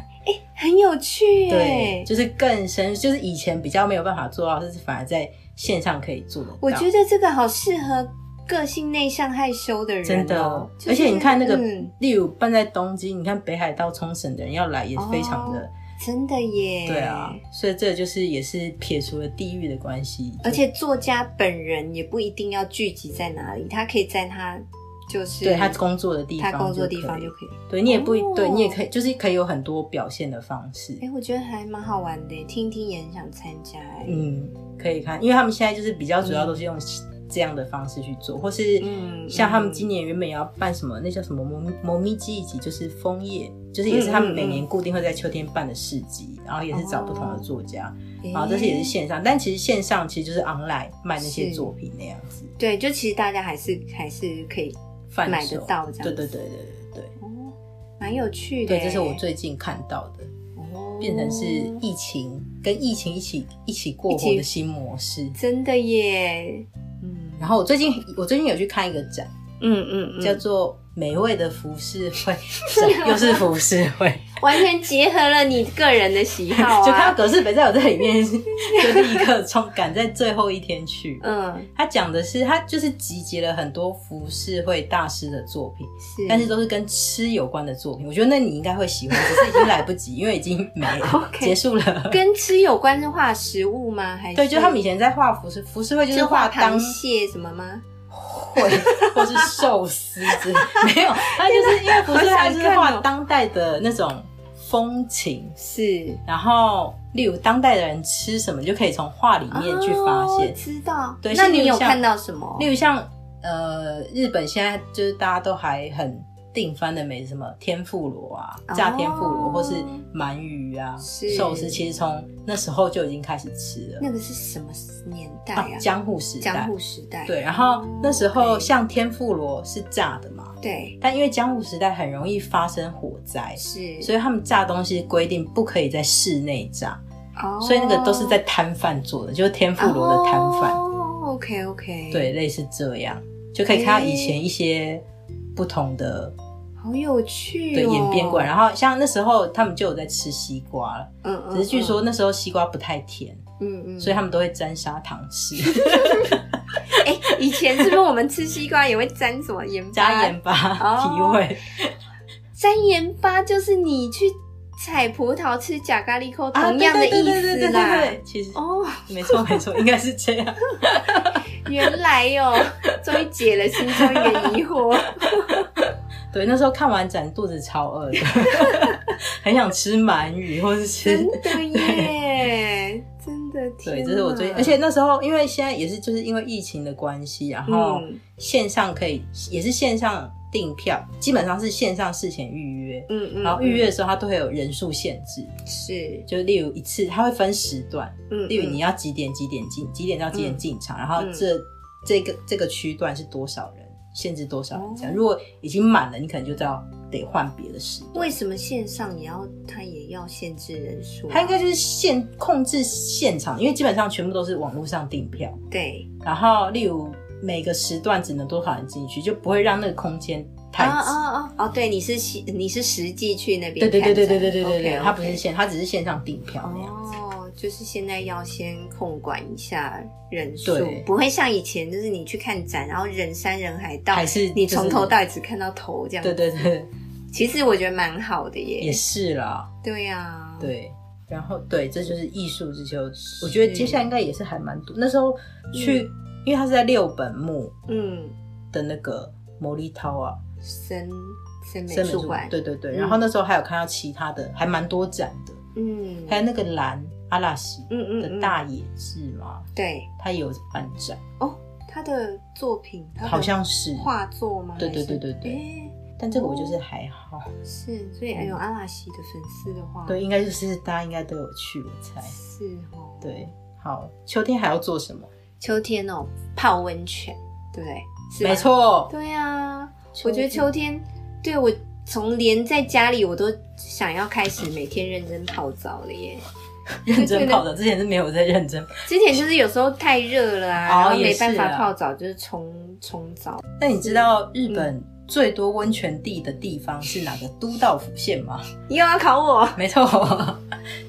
很有趣对耶，。就是更深，就是以前比较没有办法做到，就是反而在线上可以做得到。我觉得这个好适合个性内向害羞的人、哦，真的哦，就是而且你看那个，嗯例如办在东京，你看北海道、冲绳的人要来也非常的。哦真的耶，对啊，所以这就是也是撇除了地域的关系，而且作家本人也不一定要聚集在哪里，他可以在他就是对他工作的地方，他工作的地方就，可以。对你也不、哦对你也可以，就是可以有很多表现的方式，哎、我觉得还蛮好玩的耶，听一听也很想参加耶。嗯，可以看，因为他们现在就是比较主要都是用这样的方式去做，或是嗯像他们嗯今年原本也要办什么，那叫什么摩摩咪记忆集，就是枫叶，就是嗯也是他们每年固定会在秋天办的市集，然后也是找不同的作家，哦诶然后这些也是线上，但其实线上其实就是 online 卖那些是作品那样子，对，就其实大家还是还是可以贩买售得到这对对样子对对对对。哦，蛮有趣的对，耶。这是我最近看到的，哦变成是疫情跟疫情一起一起过活的新模式。真的耶，嗯，然后我最近我最近有去看一个展，嗯嗯嗯，叫做“美味的服饰 (laughs) 会”，展又是服饰会，完全结合了你个人的喜好、(laughs) 啊，就看到葛饰北在我在里面， (laughs) 就立刻冲赶在最后一天去。嗯他讲的是，他就是集结了很多服饰会大师的作品，是，但是都是跟吃有关的作品。我觉得那你应该会喜欢，只是已经来不及，因为已经没了， (laughs) OK 结束 (laughs) 了。跟吃有关是画食物吗？还是对，就他们以前在画服饰，服饰会就是就画画螃当蟹什么吗？会或是寿司之类， (laughs) 没有，他就是因为服好饰想还是看画哦当代的那种风情，是然后例如当代的人吃什么，你就可以从画里面去发哦现。知道。对那是例你如有像看到什么？例如像呃，日本现在就是大家都还很定番的美食，什么天妇罗啊、炸天妇罗，哦或是鳗鱼啊、是寿司，其实从那时候就已经开始吃了。那个是什么年代啊啊？，江户时代，江户时代。对，然后那时哦候，OK 像天妇罗是炸的嘛，对但因为江户时代很容易发生火灾，是，所以他们炸东西规定不可以在室内炸，哦所以那个都是在摊贩做的，就是天妇罗的摊贩，哦，OK OK，，对，类似这样，就可以看到以前一些不同的好有趣、哦，对演变过来。然后像那时候他们就有在吃西瓜了，嗯嗯，只是据说那时候西瓜不太甜，嗯，嗯嗯，所以他们都会沾砂糖吃， (laughs) 哎、以前是不是我们吃西瓜也会沾什么盐巴？啊加盐巴哦提味。沾盐巴就是你去采葡萄吃假咖喱扣啊同样的意思啦。对对对对对对对其实哦，没错没错，应该是这样。原来 (laughs) 哟、终于解了心中一个疑惑。对，那时候看完展，肚子超饿的， (laughs) 很想吃鳗鱼 (laughs) 或是吃真的耶，真的天对，哪！这是我最近，而且那时候因为现在也是就是因为疫情的关系，然后嗯线上可以、也是线上订票，基本上是线上事前预约，嗯嗯，然后预约的时候它都会有人数限制，是，就例如一次它会分时段，嗯，例如嗯你要几点几点进，几点到几点进场，然后嗯这这个这个区段是多少人，限制多少人这样。哦如果已经满了，你可能就知道得换别的时段。为什么线上也要它也要限制人数啊？它应该就是限控制现场，因为基本上全部都是网络上订票。对然后例如每个时段只能多少人进去，就不会让那个空间太啊挤。啊啊！哦，对，你是实你是实际去那边对对对对对对对对看展对， OK，OK 它不是线，它只是线上订票那样。哦，就是现在要先控管一下人数对，不会像以前就是你去看展，然后人山人海到还是你就是从头到尾只看到头这样。对，对对，其实我觉得蛮好的耶。也是啦，对啊呀，，对。然后对，这就是艺术之秋。我觉得接下来应该也是还蛮多。那时候去，因为它是在六本木嗯，的那个摩利涛啊，森森美森美术馆，对对对。嗯然后那时候还有看到其他的，还蛮多展的，嗯，还有那个蓝阿拉西嗯嗯的嗯大野智嘛，对它也有办展，他的作品，他的好像是画作吗？对对对对对对，但这个我就是哦还好，是，所以哎呦，阿拉西的粉丝的话，嗯对，应该就是大家应该都有去，我猜。是哦，对，好，秋天还要做什么？秋天哦，泡温泉，对不对？是吧没，错，对啊，秋我天觉得秋天，对我从连在家里我都想要开始每天认真泡澡了耶。认对真对泡澡，之前是没有在认真。之前就是有时候太热了啊，哦然后也没是办法啊泡澡，就是冲冲澡。那你知道嗯日本最多温泉地的地方是哪个都道府县吗？ (laughs) 又要考我，没错，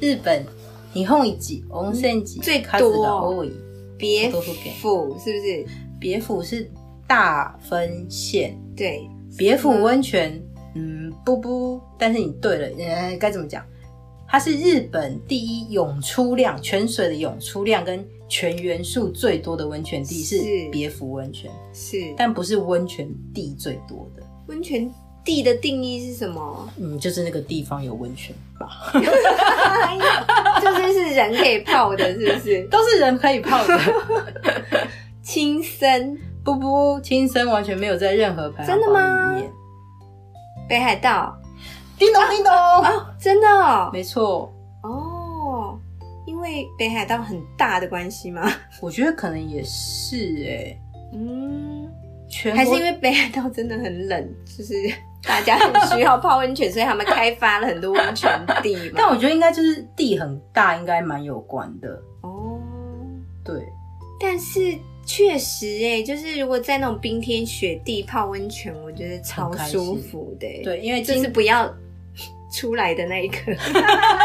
日本日本一季温泉季最开始的多多い。别都不给府是不是？别府是大分县，对，别府温泉，嗯，不不，但是你对了，呃，该怎么讲？它是日本第一涌出量，泉水的涌出量跟全元素最多的温泉地是是别府温泉，是。但不是温泉地最多的，温泉地的定义是什么？ (laughs) 嗯，就是那个地方有温泉吧，就是是人可以泡的，是不是？都是人可以泡 (laughs) 的。亲生不不，亲生完全没有在任何排行真的吗榜里面。北海道叮咚叮咚，哦，真的哦没错，哦，因为北海道很大的关系吗？我觉得可能也是哎、嗯，全还是国因为北海道真的很冷，就是 (laughs) 大家很需要泡温泉，所以他们开发了很多温泉地嘛。但我觉得应该就是地很大，应该蛮有关的。哦，对，但是确实哎、就是如果在那种冰天雪地泡温泉，我觉得超很开心舒服的、欸。对，因为就是今不要 (laughs) 出来的那一 (laughs) 刻，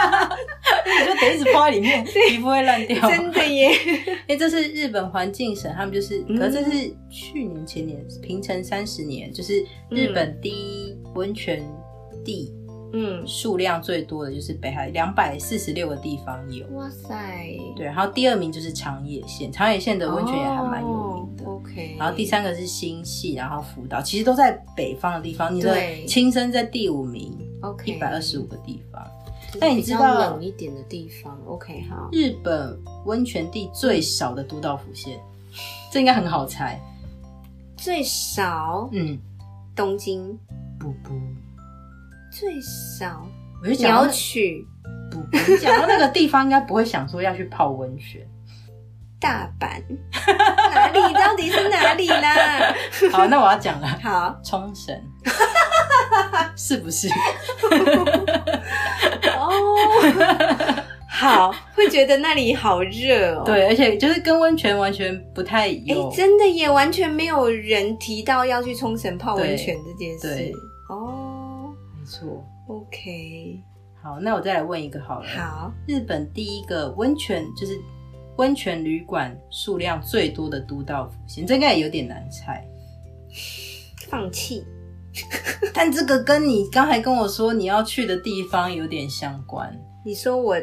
你就得一直泡在里面，皮肤会烂掉。真的耶！因为这是日本环境省，他们就是，嗯可是这是去年前年平成三十年，就是日本第一温泉地 (laughs) 嗯，数量最多的就是北海，两百四十六个地方有。哇塞，对，然后第二名就是长野县，长野县的温泉也还蛮有名的。哦 OK，然后第三个是新系，然后福岛，其实都在北方的地方。你对的亲生在第五名， OK 一百二十五，个地方。就是那你比知较道冷一点的地方？OK，好，日本温泉地最少的都道府县，这应该很好猜。最少嗯，东京，不不，最少我就讲到鸟那取、不不，讲到那个地方，应该不会想说要去泡温 (laughs) 泉。大阪， (laughs) 哪里？到底是哪里 (laughs) 啦？好，那我要讲了，好冲绳，是不 (laughs) 是？哦，好，会觉得那里好热哦。。对，而且就是跟温泉完全不太哎、有。真的也完全没有人提到要去冲绳泡温泉这件事对。哦没错。 ，OK，好，那我再来问一个好了。好，日本第一个温泉就是温泉旅馆数量最多的都道府县，这应该也有点难猜。放弃。但这个跟你刚才跟我说你要去的地方有点相关。你说我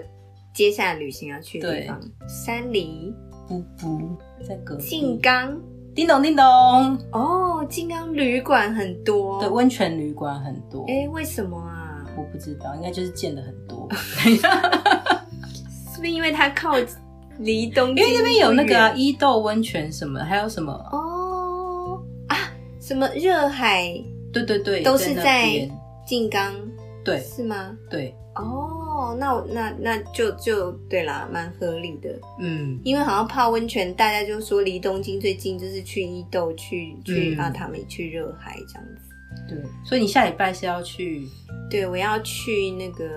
接下来旅行要去的地方，山梨、不不，在隔壁静冈叮咚叮咚，哦，静冈旅馆很多。对，温泉旅馆很多。哎，为什么啊？我不知道，应该就是建的很 (laughs) 多，是不是因为它靠离东因京不远？为那边有那个啊伊豆温泉什么，还有什么？哦啊，什么热海对对对，都是那在边静冈对是吗？对，哦，那我那那就就对啦，蛮合理的。嗯，因为好像泡温泉，大家就说离东京最近就是去伊豆、去去嗯阿塔美、去热海这样子。对。所以你下礼拜是要去对，我要去那个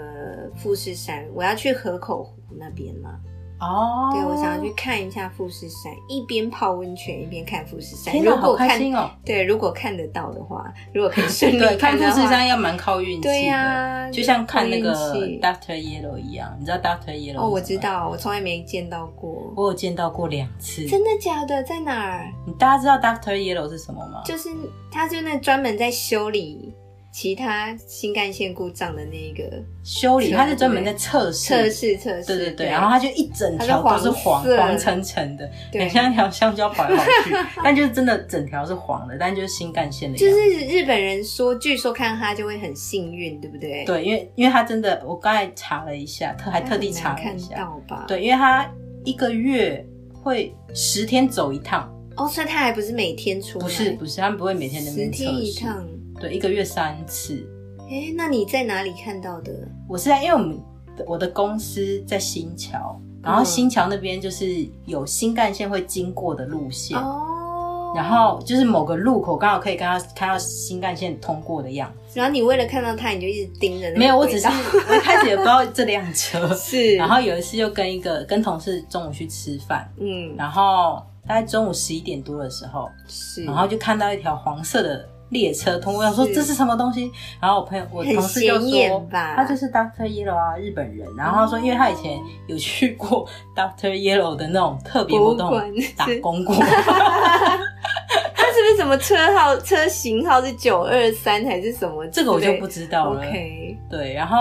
富士山，我要去河口湖那边嘛。哦？对，我想要去。看一下富士山，一边泡温泉一边看富士山。天如哪，果好我开看心哦！对，如果看得到的话，如果可以顺利对，看看富的话士山要蛮靠运气的，对呀就像看那个靠运气 Doctor Yellow 一样，你知道 Doctor Yellow？哦，我是什知么，道，我从来没见到过。我有见到过两次。真的假的？在哪儿？你大家知道 Doctor Yellow 是什么吗？就是他就那专门在修理其他新干线故障的那一个修理，测它是专门在测试，测试测试，对对对，然后它就一整条它都是是黄黄色黄橙橙的，对很像一条香蕉跑来跑 (laughs) 去，但就是真的整条是黄的，但就是新干线的就样子。是日本人说，据说看他就会很幸运，对不对？，对，因为因为它真的，我刚才查了一下，特还特地查了嗯看一下，到吧？，对，因为它一个月会十天走一趟，哦，所以他还不是每天出来，不是不是，他们不会每天在那十边测天一试，趟。对，一个月三次。哎，那你在哪里看到的？我是在因为我们我的公司在新桥，然后嗯新桥那边就是有新干线会经过的路线，哦，然后就是某个路口刚好可以看到看到新干线通过的样子。然后你为了看到他，你就一直盯着那个没有，我轨只是道我一开始也不知道这辆车。 (laughs) 是，然后有一次就跟一个跟同事中午去吃饭，嗯然后大概中午十一点多的时候，是，然后就看到一条黄色的列车通过，我想说嗯是这是什么东西？然后我朋友我很同事就显眼说。吧，他就是 Doctor Yellow 啊，日本人。然后他说，哦因为他以前有去过 (laughs) Doctor Yellow 的那种特别活动博物馆是打工过，他是不是什么车号、车型号是九二三还是什么之类？这个我就不知道了。 OK，对，然后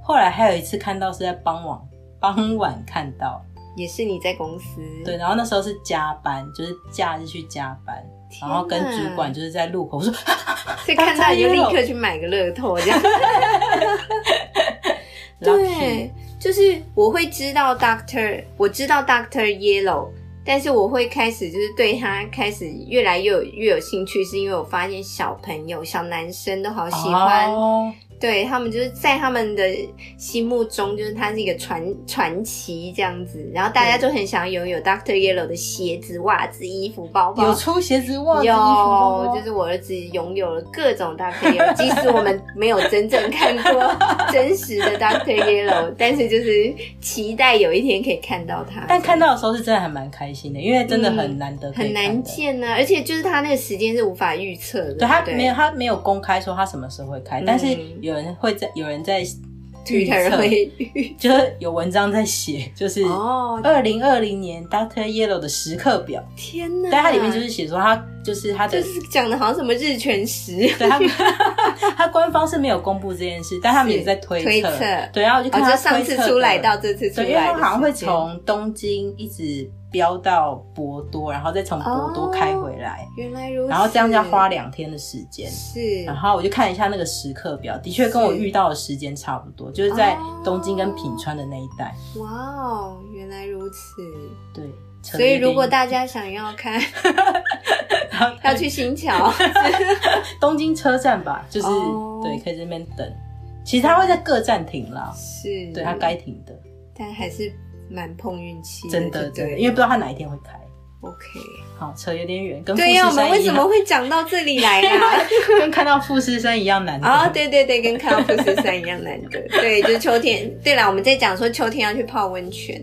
后来还有一次看到是在傍晚，傍晚看到。也是你在公司对，，然后那时候是加班，就是假日去加班，天然哪后跟主管就是在路口，我说所以看到你就立刻去买个乐透这样。 lucky， (laughs) 对，就是我会知道 Doctor，我知道 Doctor Yellow，但是我会开始就是对他开始越来越有越有兴趣，是因为我发现小朋友、小男生都好喜欢，哦对他们就是在他们的心目中，就是他是一个传传奇这样子，然后大家就很想拥有 Doctor Yellow 的鞋子、袜子、衣服、包包有。出鞋子袜子衣服包有包，就是我儿子拥有了各种 Doctor (laughs) Yellow，即使我们没有真正看过真实的 Doctor Yellow，但是就是期待有一天可以看到他。但看到的时候是真的还蛮开心的，因为真的很难得、很难。见呢、而且就是他那个时间是无法预测的。对他没有有，他没有公开说他什么时候会开，嗯但是有人会在，有人在预 Twitter 测嗯会预就是有文章在写，就是哦，二零二零年 Doctor Yellow 的时刻表，天哪！但它里面就是写说他就是他的啊就，是讲的好像什么日全食。哦对他 (laughs) 他官方是没有公布这件事，但他们是也在推测，推测对，然后我就哦，看就他上推次测的出来到这次出对，因为来他的，好像会从东京一直飙到博多，然后再从博多开哦回来，原来如此，然后这样要花两天的时间。是然后我就看一下那个时刻表，的确跟我是遇到的时间差不多，就是在哦东京跟品川的那一带。哇哦，原来如此。对，扯所以得有如果点大家想要看， (laughs) 然后要去 (laughs) 新桥，东京车站吧，就是、哦对，可以在那边等。其实他会在各站停啦，是对他该，停的，但还是蛮碰运气，真的真的，对因为不知道他哪一天会开。 ，OK，好，扯有点远，跟富士对呀，我们山为一什 (laughs) 么样，会讲到这里 (laughs) 来呀？跟看到富士山一样难得。哦，对对对，跟看到富士山一样难得， (laughs) 对，就是秋天。对了，我们在讲说秋天要去泡温泉，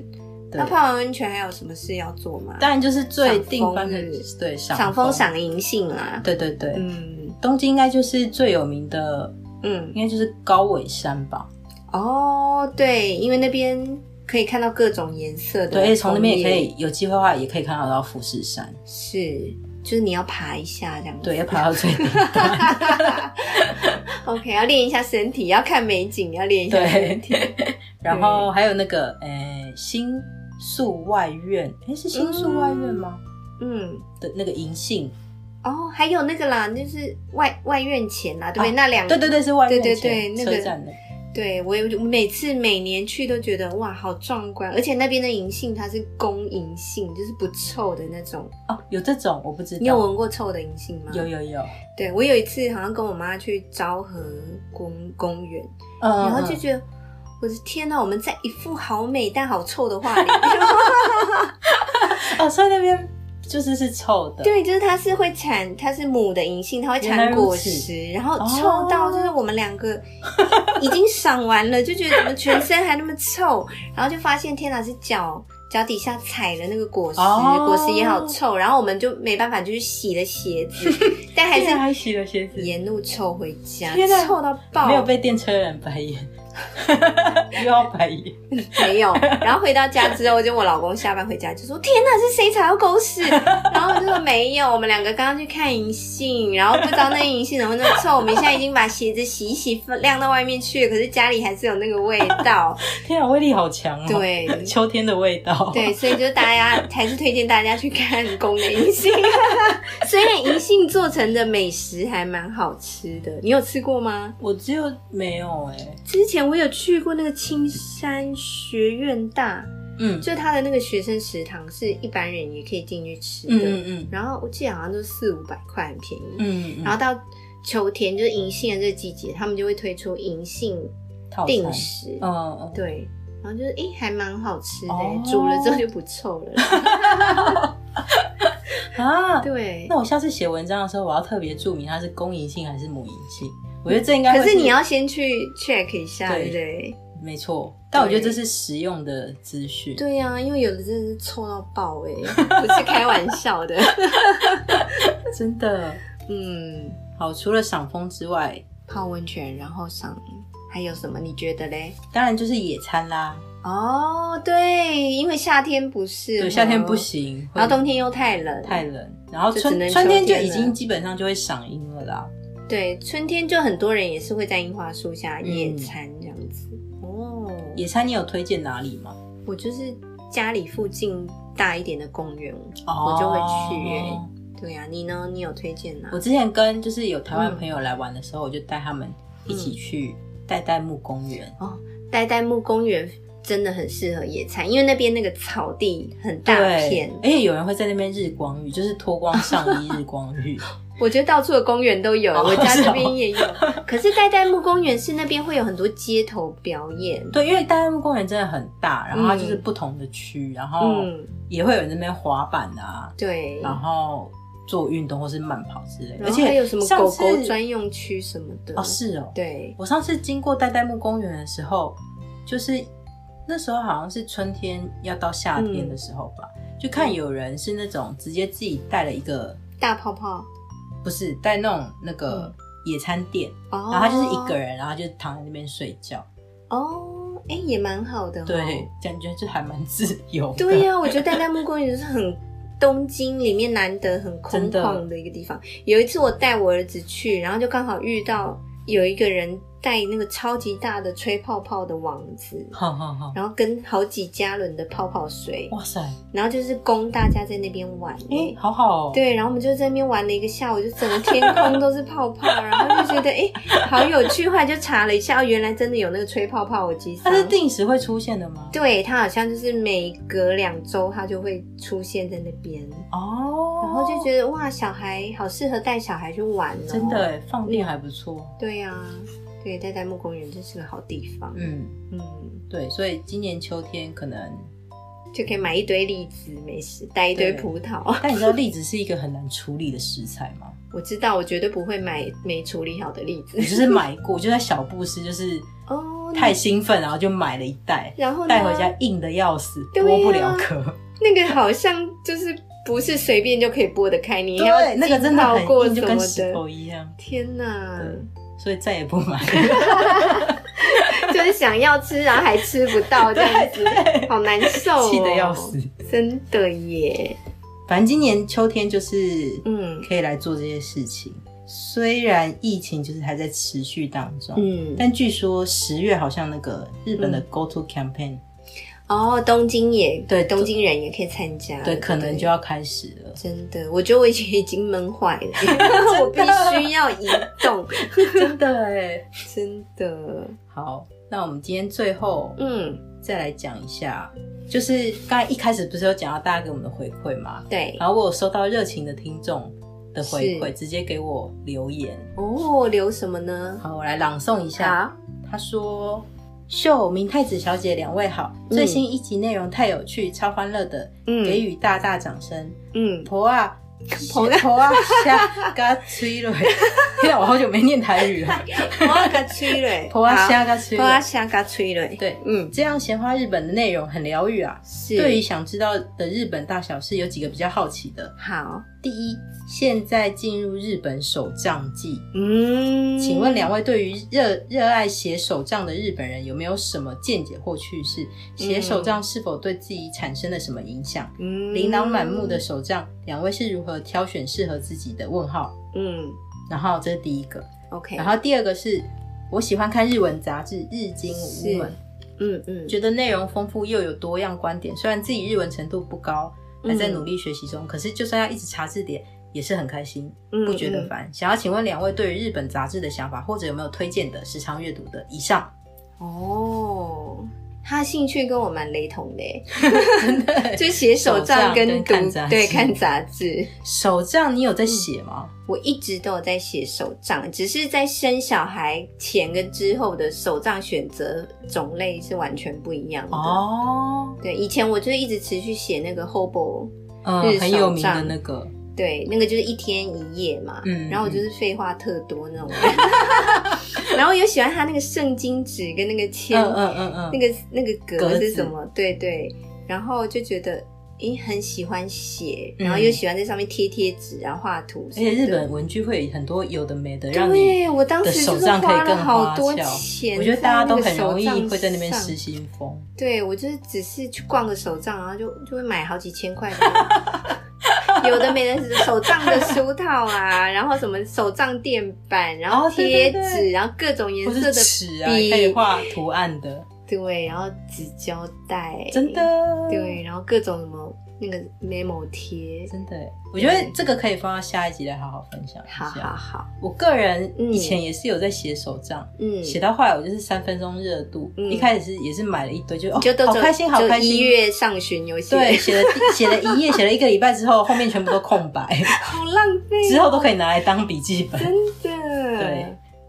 对那泡完温泉还有什么事要做吗？当然就是最定番的赏枫日对赏枫枫，赏银杏啦，对对对，嗯东京应该就是最有名的，嗯，应该就是高尾山吧。哦，对，因为那边可以看到各种颜色的枫叶，对，而且从那边也可以有机会的话，也可以看到到富士山。是。就是你要爬一下这样子。对，要爬 (laughs) 到最顶端。 OK，要练一下身体，要看美景，要练一下身体。然后还有那个，诶、新宿外院，诶、是新宿外院吗？嗯，的那个银杏，哦，还有那个啦，就是外外院前啦，对不对？那两啊对对对，是外院对对前对那个车站的，对我有我每次每年去都觉得哇，好壮观，而且那边的银杏它是公银杏，就是不臭的那种。哦，有这种我不知道，你有闻过臭的银杏吗？有有有，对我有一次好像跟我妈去昭和公公园，嗯，然后就嗯觉得。我的天呐，我们在一副好美但好臭的 (laughs) 画里，哦，所以那边就是是臭的，对，就是它是会产，它是母的银杏，它会原来产如果此实，然后哦臭到就是我们两个已经赏完了，就觉得怎么全身还那么臭，然后就发现天哪，是脚脚底下踩了那个果实，哦果实也好臭，然后我们就没办法，就去洗了鞋 (laughs) 子，但还竟然是还洗了鞋子，沿路臭回家，啊天哪臭到爆，没有被电车人白眼， (laughs) 又要白眼，没有。 (laughs) 然后回到家之后，就我老公下班回家就说：“天哪，是谁踩到狗屎？” (laughs) 然后我就说：“没有，我们两个刚刚去看银杏，然后不知道那银杏怎么那么臭。我们现在已经把鞋子洗一洗，晾到外面去，可是家里还是有那个味道。天啊，威力好强哦，，对秋天的味道，对，所以就是大家还是推荐大家去看公的银杏。 (laughs) 虽然银杏做成的美食还蛮好吃的，你有吃过吗？我只有没有哎、之前我有去过那个青山学院大。嗯就他的那个学生食堂是一般人也可以进去吃嗯的，嗯嗯然后我记得好像都四五百块，很便宜。嗯嗯，然后到秋天就是银杏的这个季节，他们就会推出银杏套定餐，时，嗯嗯，对，然后就是诶、还蛮好吃的、欸哦煮了之后就不臭了。 (laughs) 啊，对那，我下次写文章的时候，我要特别注明它是公银性还是母银性。我觉得这应该会可是你要先去 check 一下，对对不对？没错，但我觉得这是实用的资讯。对呀、因为有的真的是臭到爆欸诶、 (laughs) 不是开玩笑 (laughs) 的。真的嗯，好。除了赏枫之外，泡温泉然后上还有什么？你觉得嘞？当然就是野餐啦。哦，对，因为夏天不是，对，夏天不，行，然后会冬天又太冷，太冷，然后就只春能春秋天就天已了经基本上就会赏樱了啦。对，春天就很多人也是会在樱花树嗯下野餐这样子。哦，野餐你有推荐哪里吗？我就是家里附近大一点的公园，哦我就会去耶、对呀、你呢？你有推荐哪我？之前跟就是有台湾朋友来玩的时候，我就带他们一起去代代木公园。嗯呆呆木公园真的很适合野餐，因为那边那个草地很大对片，，而且有人会在那边日光浴，就是脱光上衣日光 (laughs) 浴。我觉得到处的公园都有，哦我家是哦这边也有。可是呆呆木公园是那边会有很多街头表演。对，因为大安公园真的很大，然后它就是不同的区，然后嗯，也会有人在那边滑板啊，对，然后做运动或是慢跑之类的，而然后且还有什么上狗次狗专用区什么的。哦，是哦。对，我上次经过代代木公园的时候，就是那时候好像是春天要到夏天的时候吧，就看有人是那种直接自己带了一个，大泡泡。不是带那种那个嗯野餐垫，哦，然后他啊就是一个人，然后就躺在那边睡觉，哦，哎、也蛮好的、哦。 (laughs) 对，，感觉就还蛮自由的。对呀、啊我觉得代代木公园是很东京里面难得很 (laughs) 空真的旷的一个地方。有一次我带我儿子去，然后就刚好遇到有一个人带那个超级大的吹泡泡的网子。好好好，然后跟好几加仑的泡泡水， (laughs) 哇塞，然后就是供大家在那边玩、欸哎、好好哦，对，然后我们就在那边玩了一个下午，就整个天空都是泡泡，然后就觉得哎、好有趣，后来就查了一下，哦，原来真的有那个吹泡泡耳机它上。是定时会出现的吗？对，它好像就是每隔两周它就会出现在那边，哦，然后就觉得哇，小孩好适合带小孩去玩哦。真的，哎，放电还不错。对呀、对，待在木公园真是个好地方。嗯，嗯，对，所以今年秋天可能，就可以买一堆栗子美食，带一堆对葡萄。 (laughs) 但你知道栗子是一个很难处理的食材吗？ (laughs) 我知道，我绝对不会买没处理好的栗子我。就是买过，我就在小布施，就是 (laughs) 哦，太兴奋，然后就买了一袋，然后呢带回家硬的要死，对剥啊不了壳。那个好像就是不是随便就可以剥得开， (laughs) 你还要对，那个真的浸很泡过硬，什就么跟石头的。一样，天哪，所以再也不买。就是想要吃，然后 (laughs) 还吃不到这样子，好难受、哦，气得要死。真的耶。反正今年秋天就是嗯可以来做这些事情。虽然疫情就是还在持续当中，嗯，但据说十月好像那个日本的 Go To Campaign，、哦，东京也对东京人也可以参加，对，可能就要开始 (laughs) 了。真的，我觉得我以前已经闷坏了， (laughs) 我必须要移动，真的欸哎，真的，好，那我们今天最后嗯，再来讲一下，就是刚才一开始不是有讲到大家给我们的回馈吗？对，然后我有收到热情的听众的回馈，是直接给我留言。哦，留什么呢？好，我来朗诵一下。好，他说：“秀明太子小姐，两位好，嗯最新一集内容太有趣，超欢乐的，嗯给予大大掌声。 (laughs) 嗯，婆啊， (laughs) 婆 (laughs) 啊婆啊，虾嘎吹了， (laughs) 天啊，我好久没念台 (laughs) 语了。我要给催 (laughs) 泪，婆啊，虾嘎吹我要了，下给催泪，对，嗯，这样闲话日本的内容很疗愈啊。是，对于想知道的日本大小事，有几个比较好奇的。好，第一，现在进入日本手账季，嗯，请问两位对于热热爱写手账的日本人有没有什么见解或趣事？写手账是否对自己产生了什么影响？嗯琳琅满目的，手账，两位是如何挑选适合自己的？问号。嗯然后这是第一个， ，OK，然后第二个是我喜欢看日文杂志《日经五是文嗯嗯》，，觉得内容丰富又有多样观点。虽然自己日文程度不高，嗯还在努力学习中，可是就算要一直查字典。也是很开心，嗯不觉得嗯烦。想要请问两位对于日本杂志的想法，或者有没有推荐的时常阅读的？以上，哦，他兴趣跟我蛮雷同的耶， (laughs) 就写手账手跟账跟看读杂志对看杂志。手账你有在写吗？我一直都有在写手账，只是在生小孩前跟之后的手账选择种类是完全不一嗯样的。哦，对，以前我就一直持续写那个 Hobo，嗯，日很手有名的账那个，对，那个就是一天一夜嘛。嗯然后我就是废话特多那种人。 (laughs) 然后又喜欢他那个圣经纸跟那个嗯铅嗯嗯嗯，那个那个格格子是什么？对对，然后就觉得诶很喜欢写，嗯然后又喜欢在上面贴贴纸啊、画图而什么且的。日本文具会有很多有的没的，让你对我当的时手就是账可以花了更好花多俏。钱，我觉得大家都很容易会在那边失。心疯。对我就是只是去逛个手账，然后就就会买好几千块的。有的没的手账的书套啊，然后什么手账垫板，然后哦对贴纸，对对然后各种颜或色是的尺啊，笔可以画图案的，对，然后纸胶带，真的，对，然后各种什么那个 memo 贴，真的。我觉得这个可以放到下一集来好好分享一好好下。好，我个人嗯以前也是有在写手账，嗯，写到后来我就是三分钟热度，嗯一开始是也是买了一堆，就哦就都好只有开心，好只有开心。一月上旬有写，对，写了写了 (laughs) 一页，写了一个礼拜之后，后面全部都空白，好浪费之后都可以拿来当笔记本。的，对，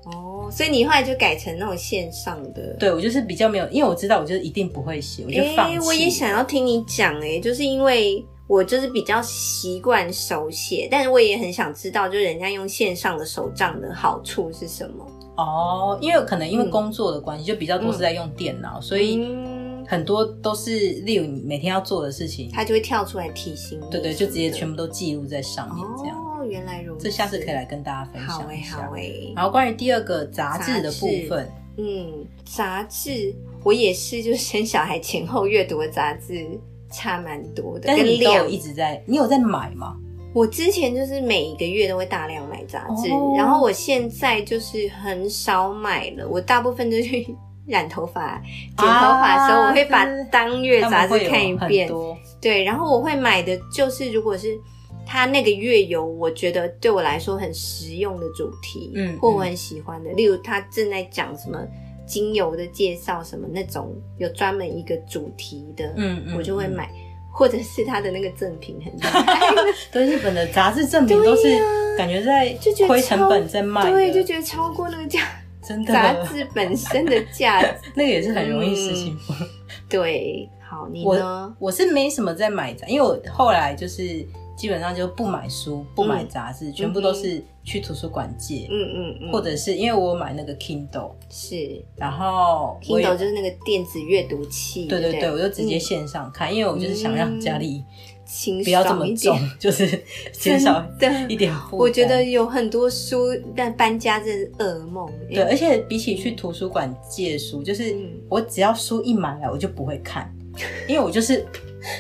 哦，所以你后来就改成那种线上的，对我就是比较没有，因为我知道我就是一定不会写，我就诶，放弃。我也想要听你讲哎、就是因为我就是比较习惯手写，但是我也很想知道，就是人家用线上的手账的好处是什么，哦，因为可能因为嗯工作的关系，就比较多是在用电脑，所以嗯很多都是例如你每天要做的事情，它就会跳出来提醒你，对对，就直接全部部都记录在上面这样。哦，原来如此，这下次可以来跟大家分好享诶、一好欸下。诶、然后关于第二个杂志的部分，嗯，杂志我也是，就是生小孩前后阅读的杂志差蛮多的，但是跟你都有量。一直在，你有在买吗？我之前就是每一个月都会大量买杂志，哦然后我现在就是很少买了，我大部分就是去 (laughs) 染头发、剪头发的时候，啊我会把当月他杂们志会有看一很遍。多对，然后我会买的就是，如果是它那个月有我觉得对我来说很实用的主题，嗯或我很喜欢的，例如它正在讲什么精油的介绍，什么那种有专门一个主题的，嗯嗯我就会嗯买，或者是它的那个赠品很厉害，对日本的杂志证明都是感觉在就觉得亏成本在卖的，对，就觉得超过那个价 (laughs) 真的杂志本身的价值，那个也是很容易事情。嗯对，好，你呢我？ (laughs) 我是没什么在买杂，因为我后来就是基本上就不买书、不买杂志，全部都是去图书馆借，嗯嗯嗯，或者是因为我有买那个 Kindle，是然后我也 Kindle 就是那个电子阅读器，对对嗯对不对，我就直接线上看，因为我就是想让家里清不要这么爽嗯一点重，就是 (laughs) 减少真一的。点负担。我觉得有很多书，但搬家真是噩梦。欸对，而且比起去图书馆借书，就是嗯我只要书一买来，我就不会看，因为我就是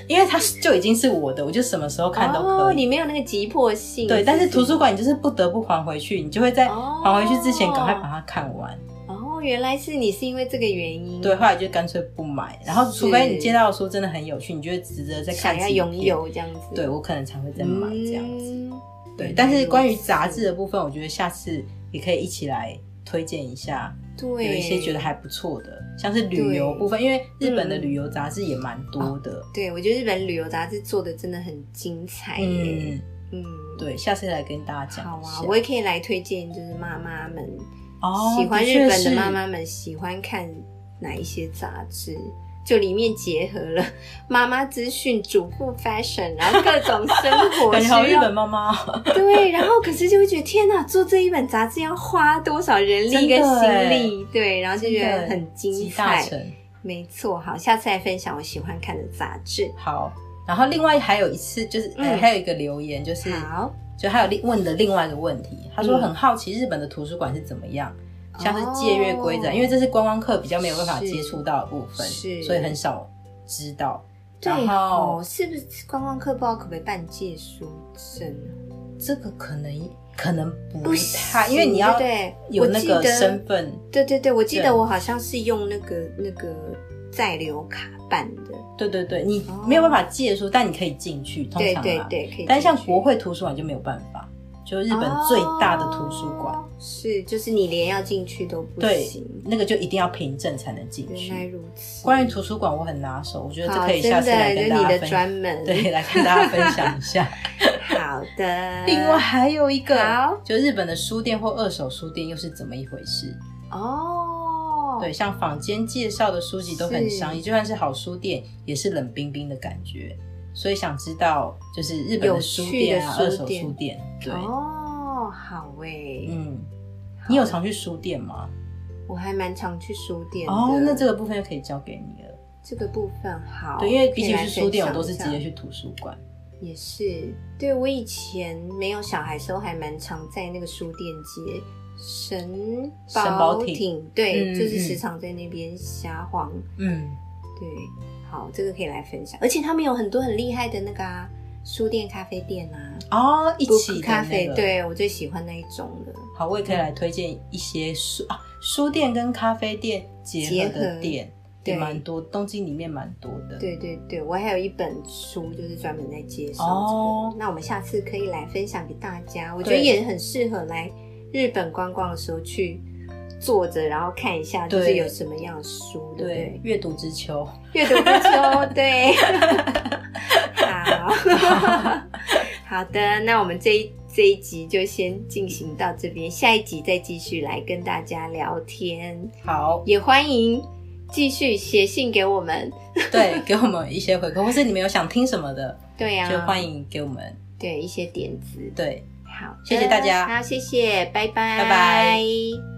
因为它是就已经是我的，我就什么时候看都可哦，以。你没有那个急迫性。对，但是不图书馆你就是不得不还回去，你就会在哦还回去之前赶快把它看完。哦，原来是你是因为这个原因，对，后来就干脆不买，然后是除非你接到的书真的很有趣，你就会值得再看想要几拥遍。有这样子，对，我可能才会再买这样子。嗯对，但是关于杂志的部分，我觉得下次也可以一起来推荐一下，有对嗯一些觉得还不错的，像是旅游部分，因为日本的旅游杂志也蛮哦多的。对，我觉得日本旅游杂志做的真的很精彩耶。嗯，嗯，对，下次来跟大家讲好一啊下，。我也可以来推荐，就是妈妈们、哦，喜欢的确日本的是妈妈们喜欢看哪一些杂志。就里面结合了 (laughs) 妈妈资讯、主妇 fashion，然后各种 (laughs) 生活感需觉好日本要，妈妈哦，对，然后可是就会觉得天哪，做这一本杂志要花多少人力真跟的心耶力，对，然后就觉得很精集大彩，成。没错，好，下次来分享我喜欢看的杂志。好，然后另外还有一次就是，呃嗯还有一个留言就是，好，就还有另问的另外一个问题，他说嗯哦很好奇日本的图书馆是怎么样，像是借阅规则，因为这是观光客比较没有办法是接触到的部分，是所以很少知道。对然哦后，是不是观光客不知道可不可以办借书证？这个可能可能不不太，行因为你要对有我那记个得身份，对对对，我记得对我好像是用那个那个在留卡办的，对对对，你哦没有办法借书，但你可以进去，通对常哦对啦。对，可以进去。但是像国会图书馆就没有办法，就日本最大的图书馆，哦是，就是你连要进去都不对行。，那个就一定要凭证才能进原来去。如此。关于图书馆，我很拿手，我觉得这好，可以真下的，次来这跟是大你家的分专门。 (laughs) 对，，来跟大家分享一 (laughs) 下。好 (laughs) 的。另外，还有一个嗯好，就日本的书店或二手书店又是怎么一回事？哦，对，像坊间介绍的书籍都很商业，就算是好书店，也是冷冰冰的感觉。所以想知道，就是日本的书店啊，有二趣的书手店书店，对，哦，好诶。嗯，你有常去书店吗？我还蛮常去书店的。哦，那这个部分就可以交给你了。这个部分好，对，因为可比以起来去书店，我分都是享直接一下。去图书馆。也是，对我以前没有小孩的时候，还蛮常在那个书店街神神保保町对，嗯就是嗯时常在那边瞎晃。嗯，对，好，这个可以来分享。而且他们有很多很厉害的那个啊，书店、咖啡店啊，哦，一起 Book 的咖那啡，个。对我最喜欢那一种了。好，我也可以来推荐一些书啊，书店跟咖啡店结合结合的店对也蛮多，东京里面蛮多的。，对对对，我还有一本书，就是专门在介绍、这个。哦那我们下次可以来分享给大家，我觉对得也很适合来日本观光的时候去坐着，然后看一下就是对有什么样的书，对不对对，？阅读之秋。阅读不秋，对。好， (laughs) 好的，那我们这一这一集就先进行到这边，下一集再继续来跟大家聊天，好，也欢迎继续写信给我们。 (laughs) 对，给我们一些回馈，或是你们有想听什么的，对啊呀、就欢迎给我们。对一些点子。对。好的，谢谢大家好，谢谢，拜拜，拜拜。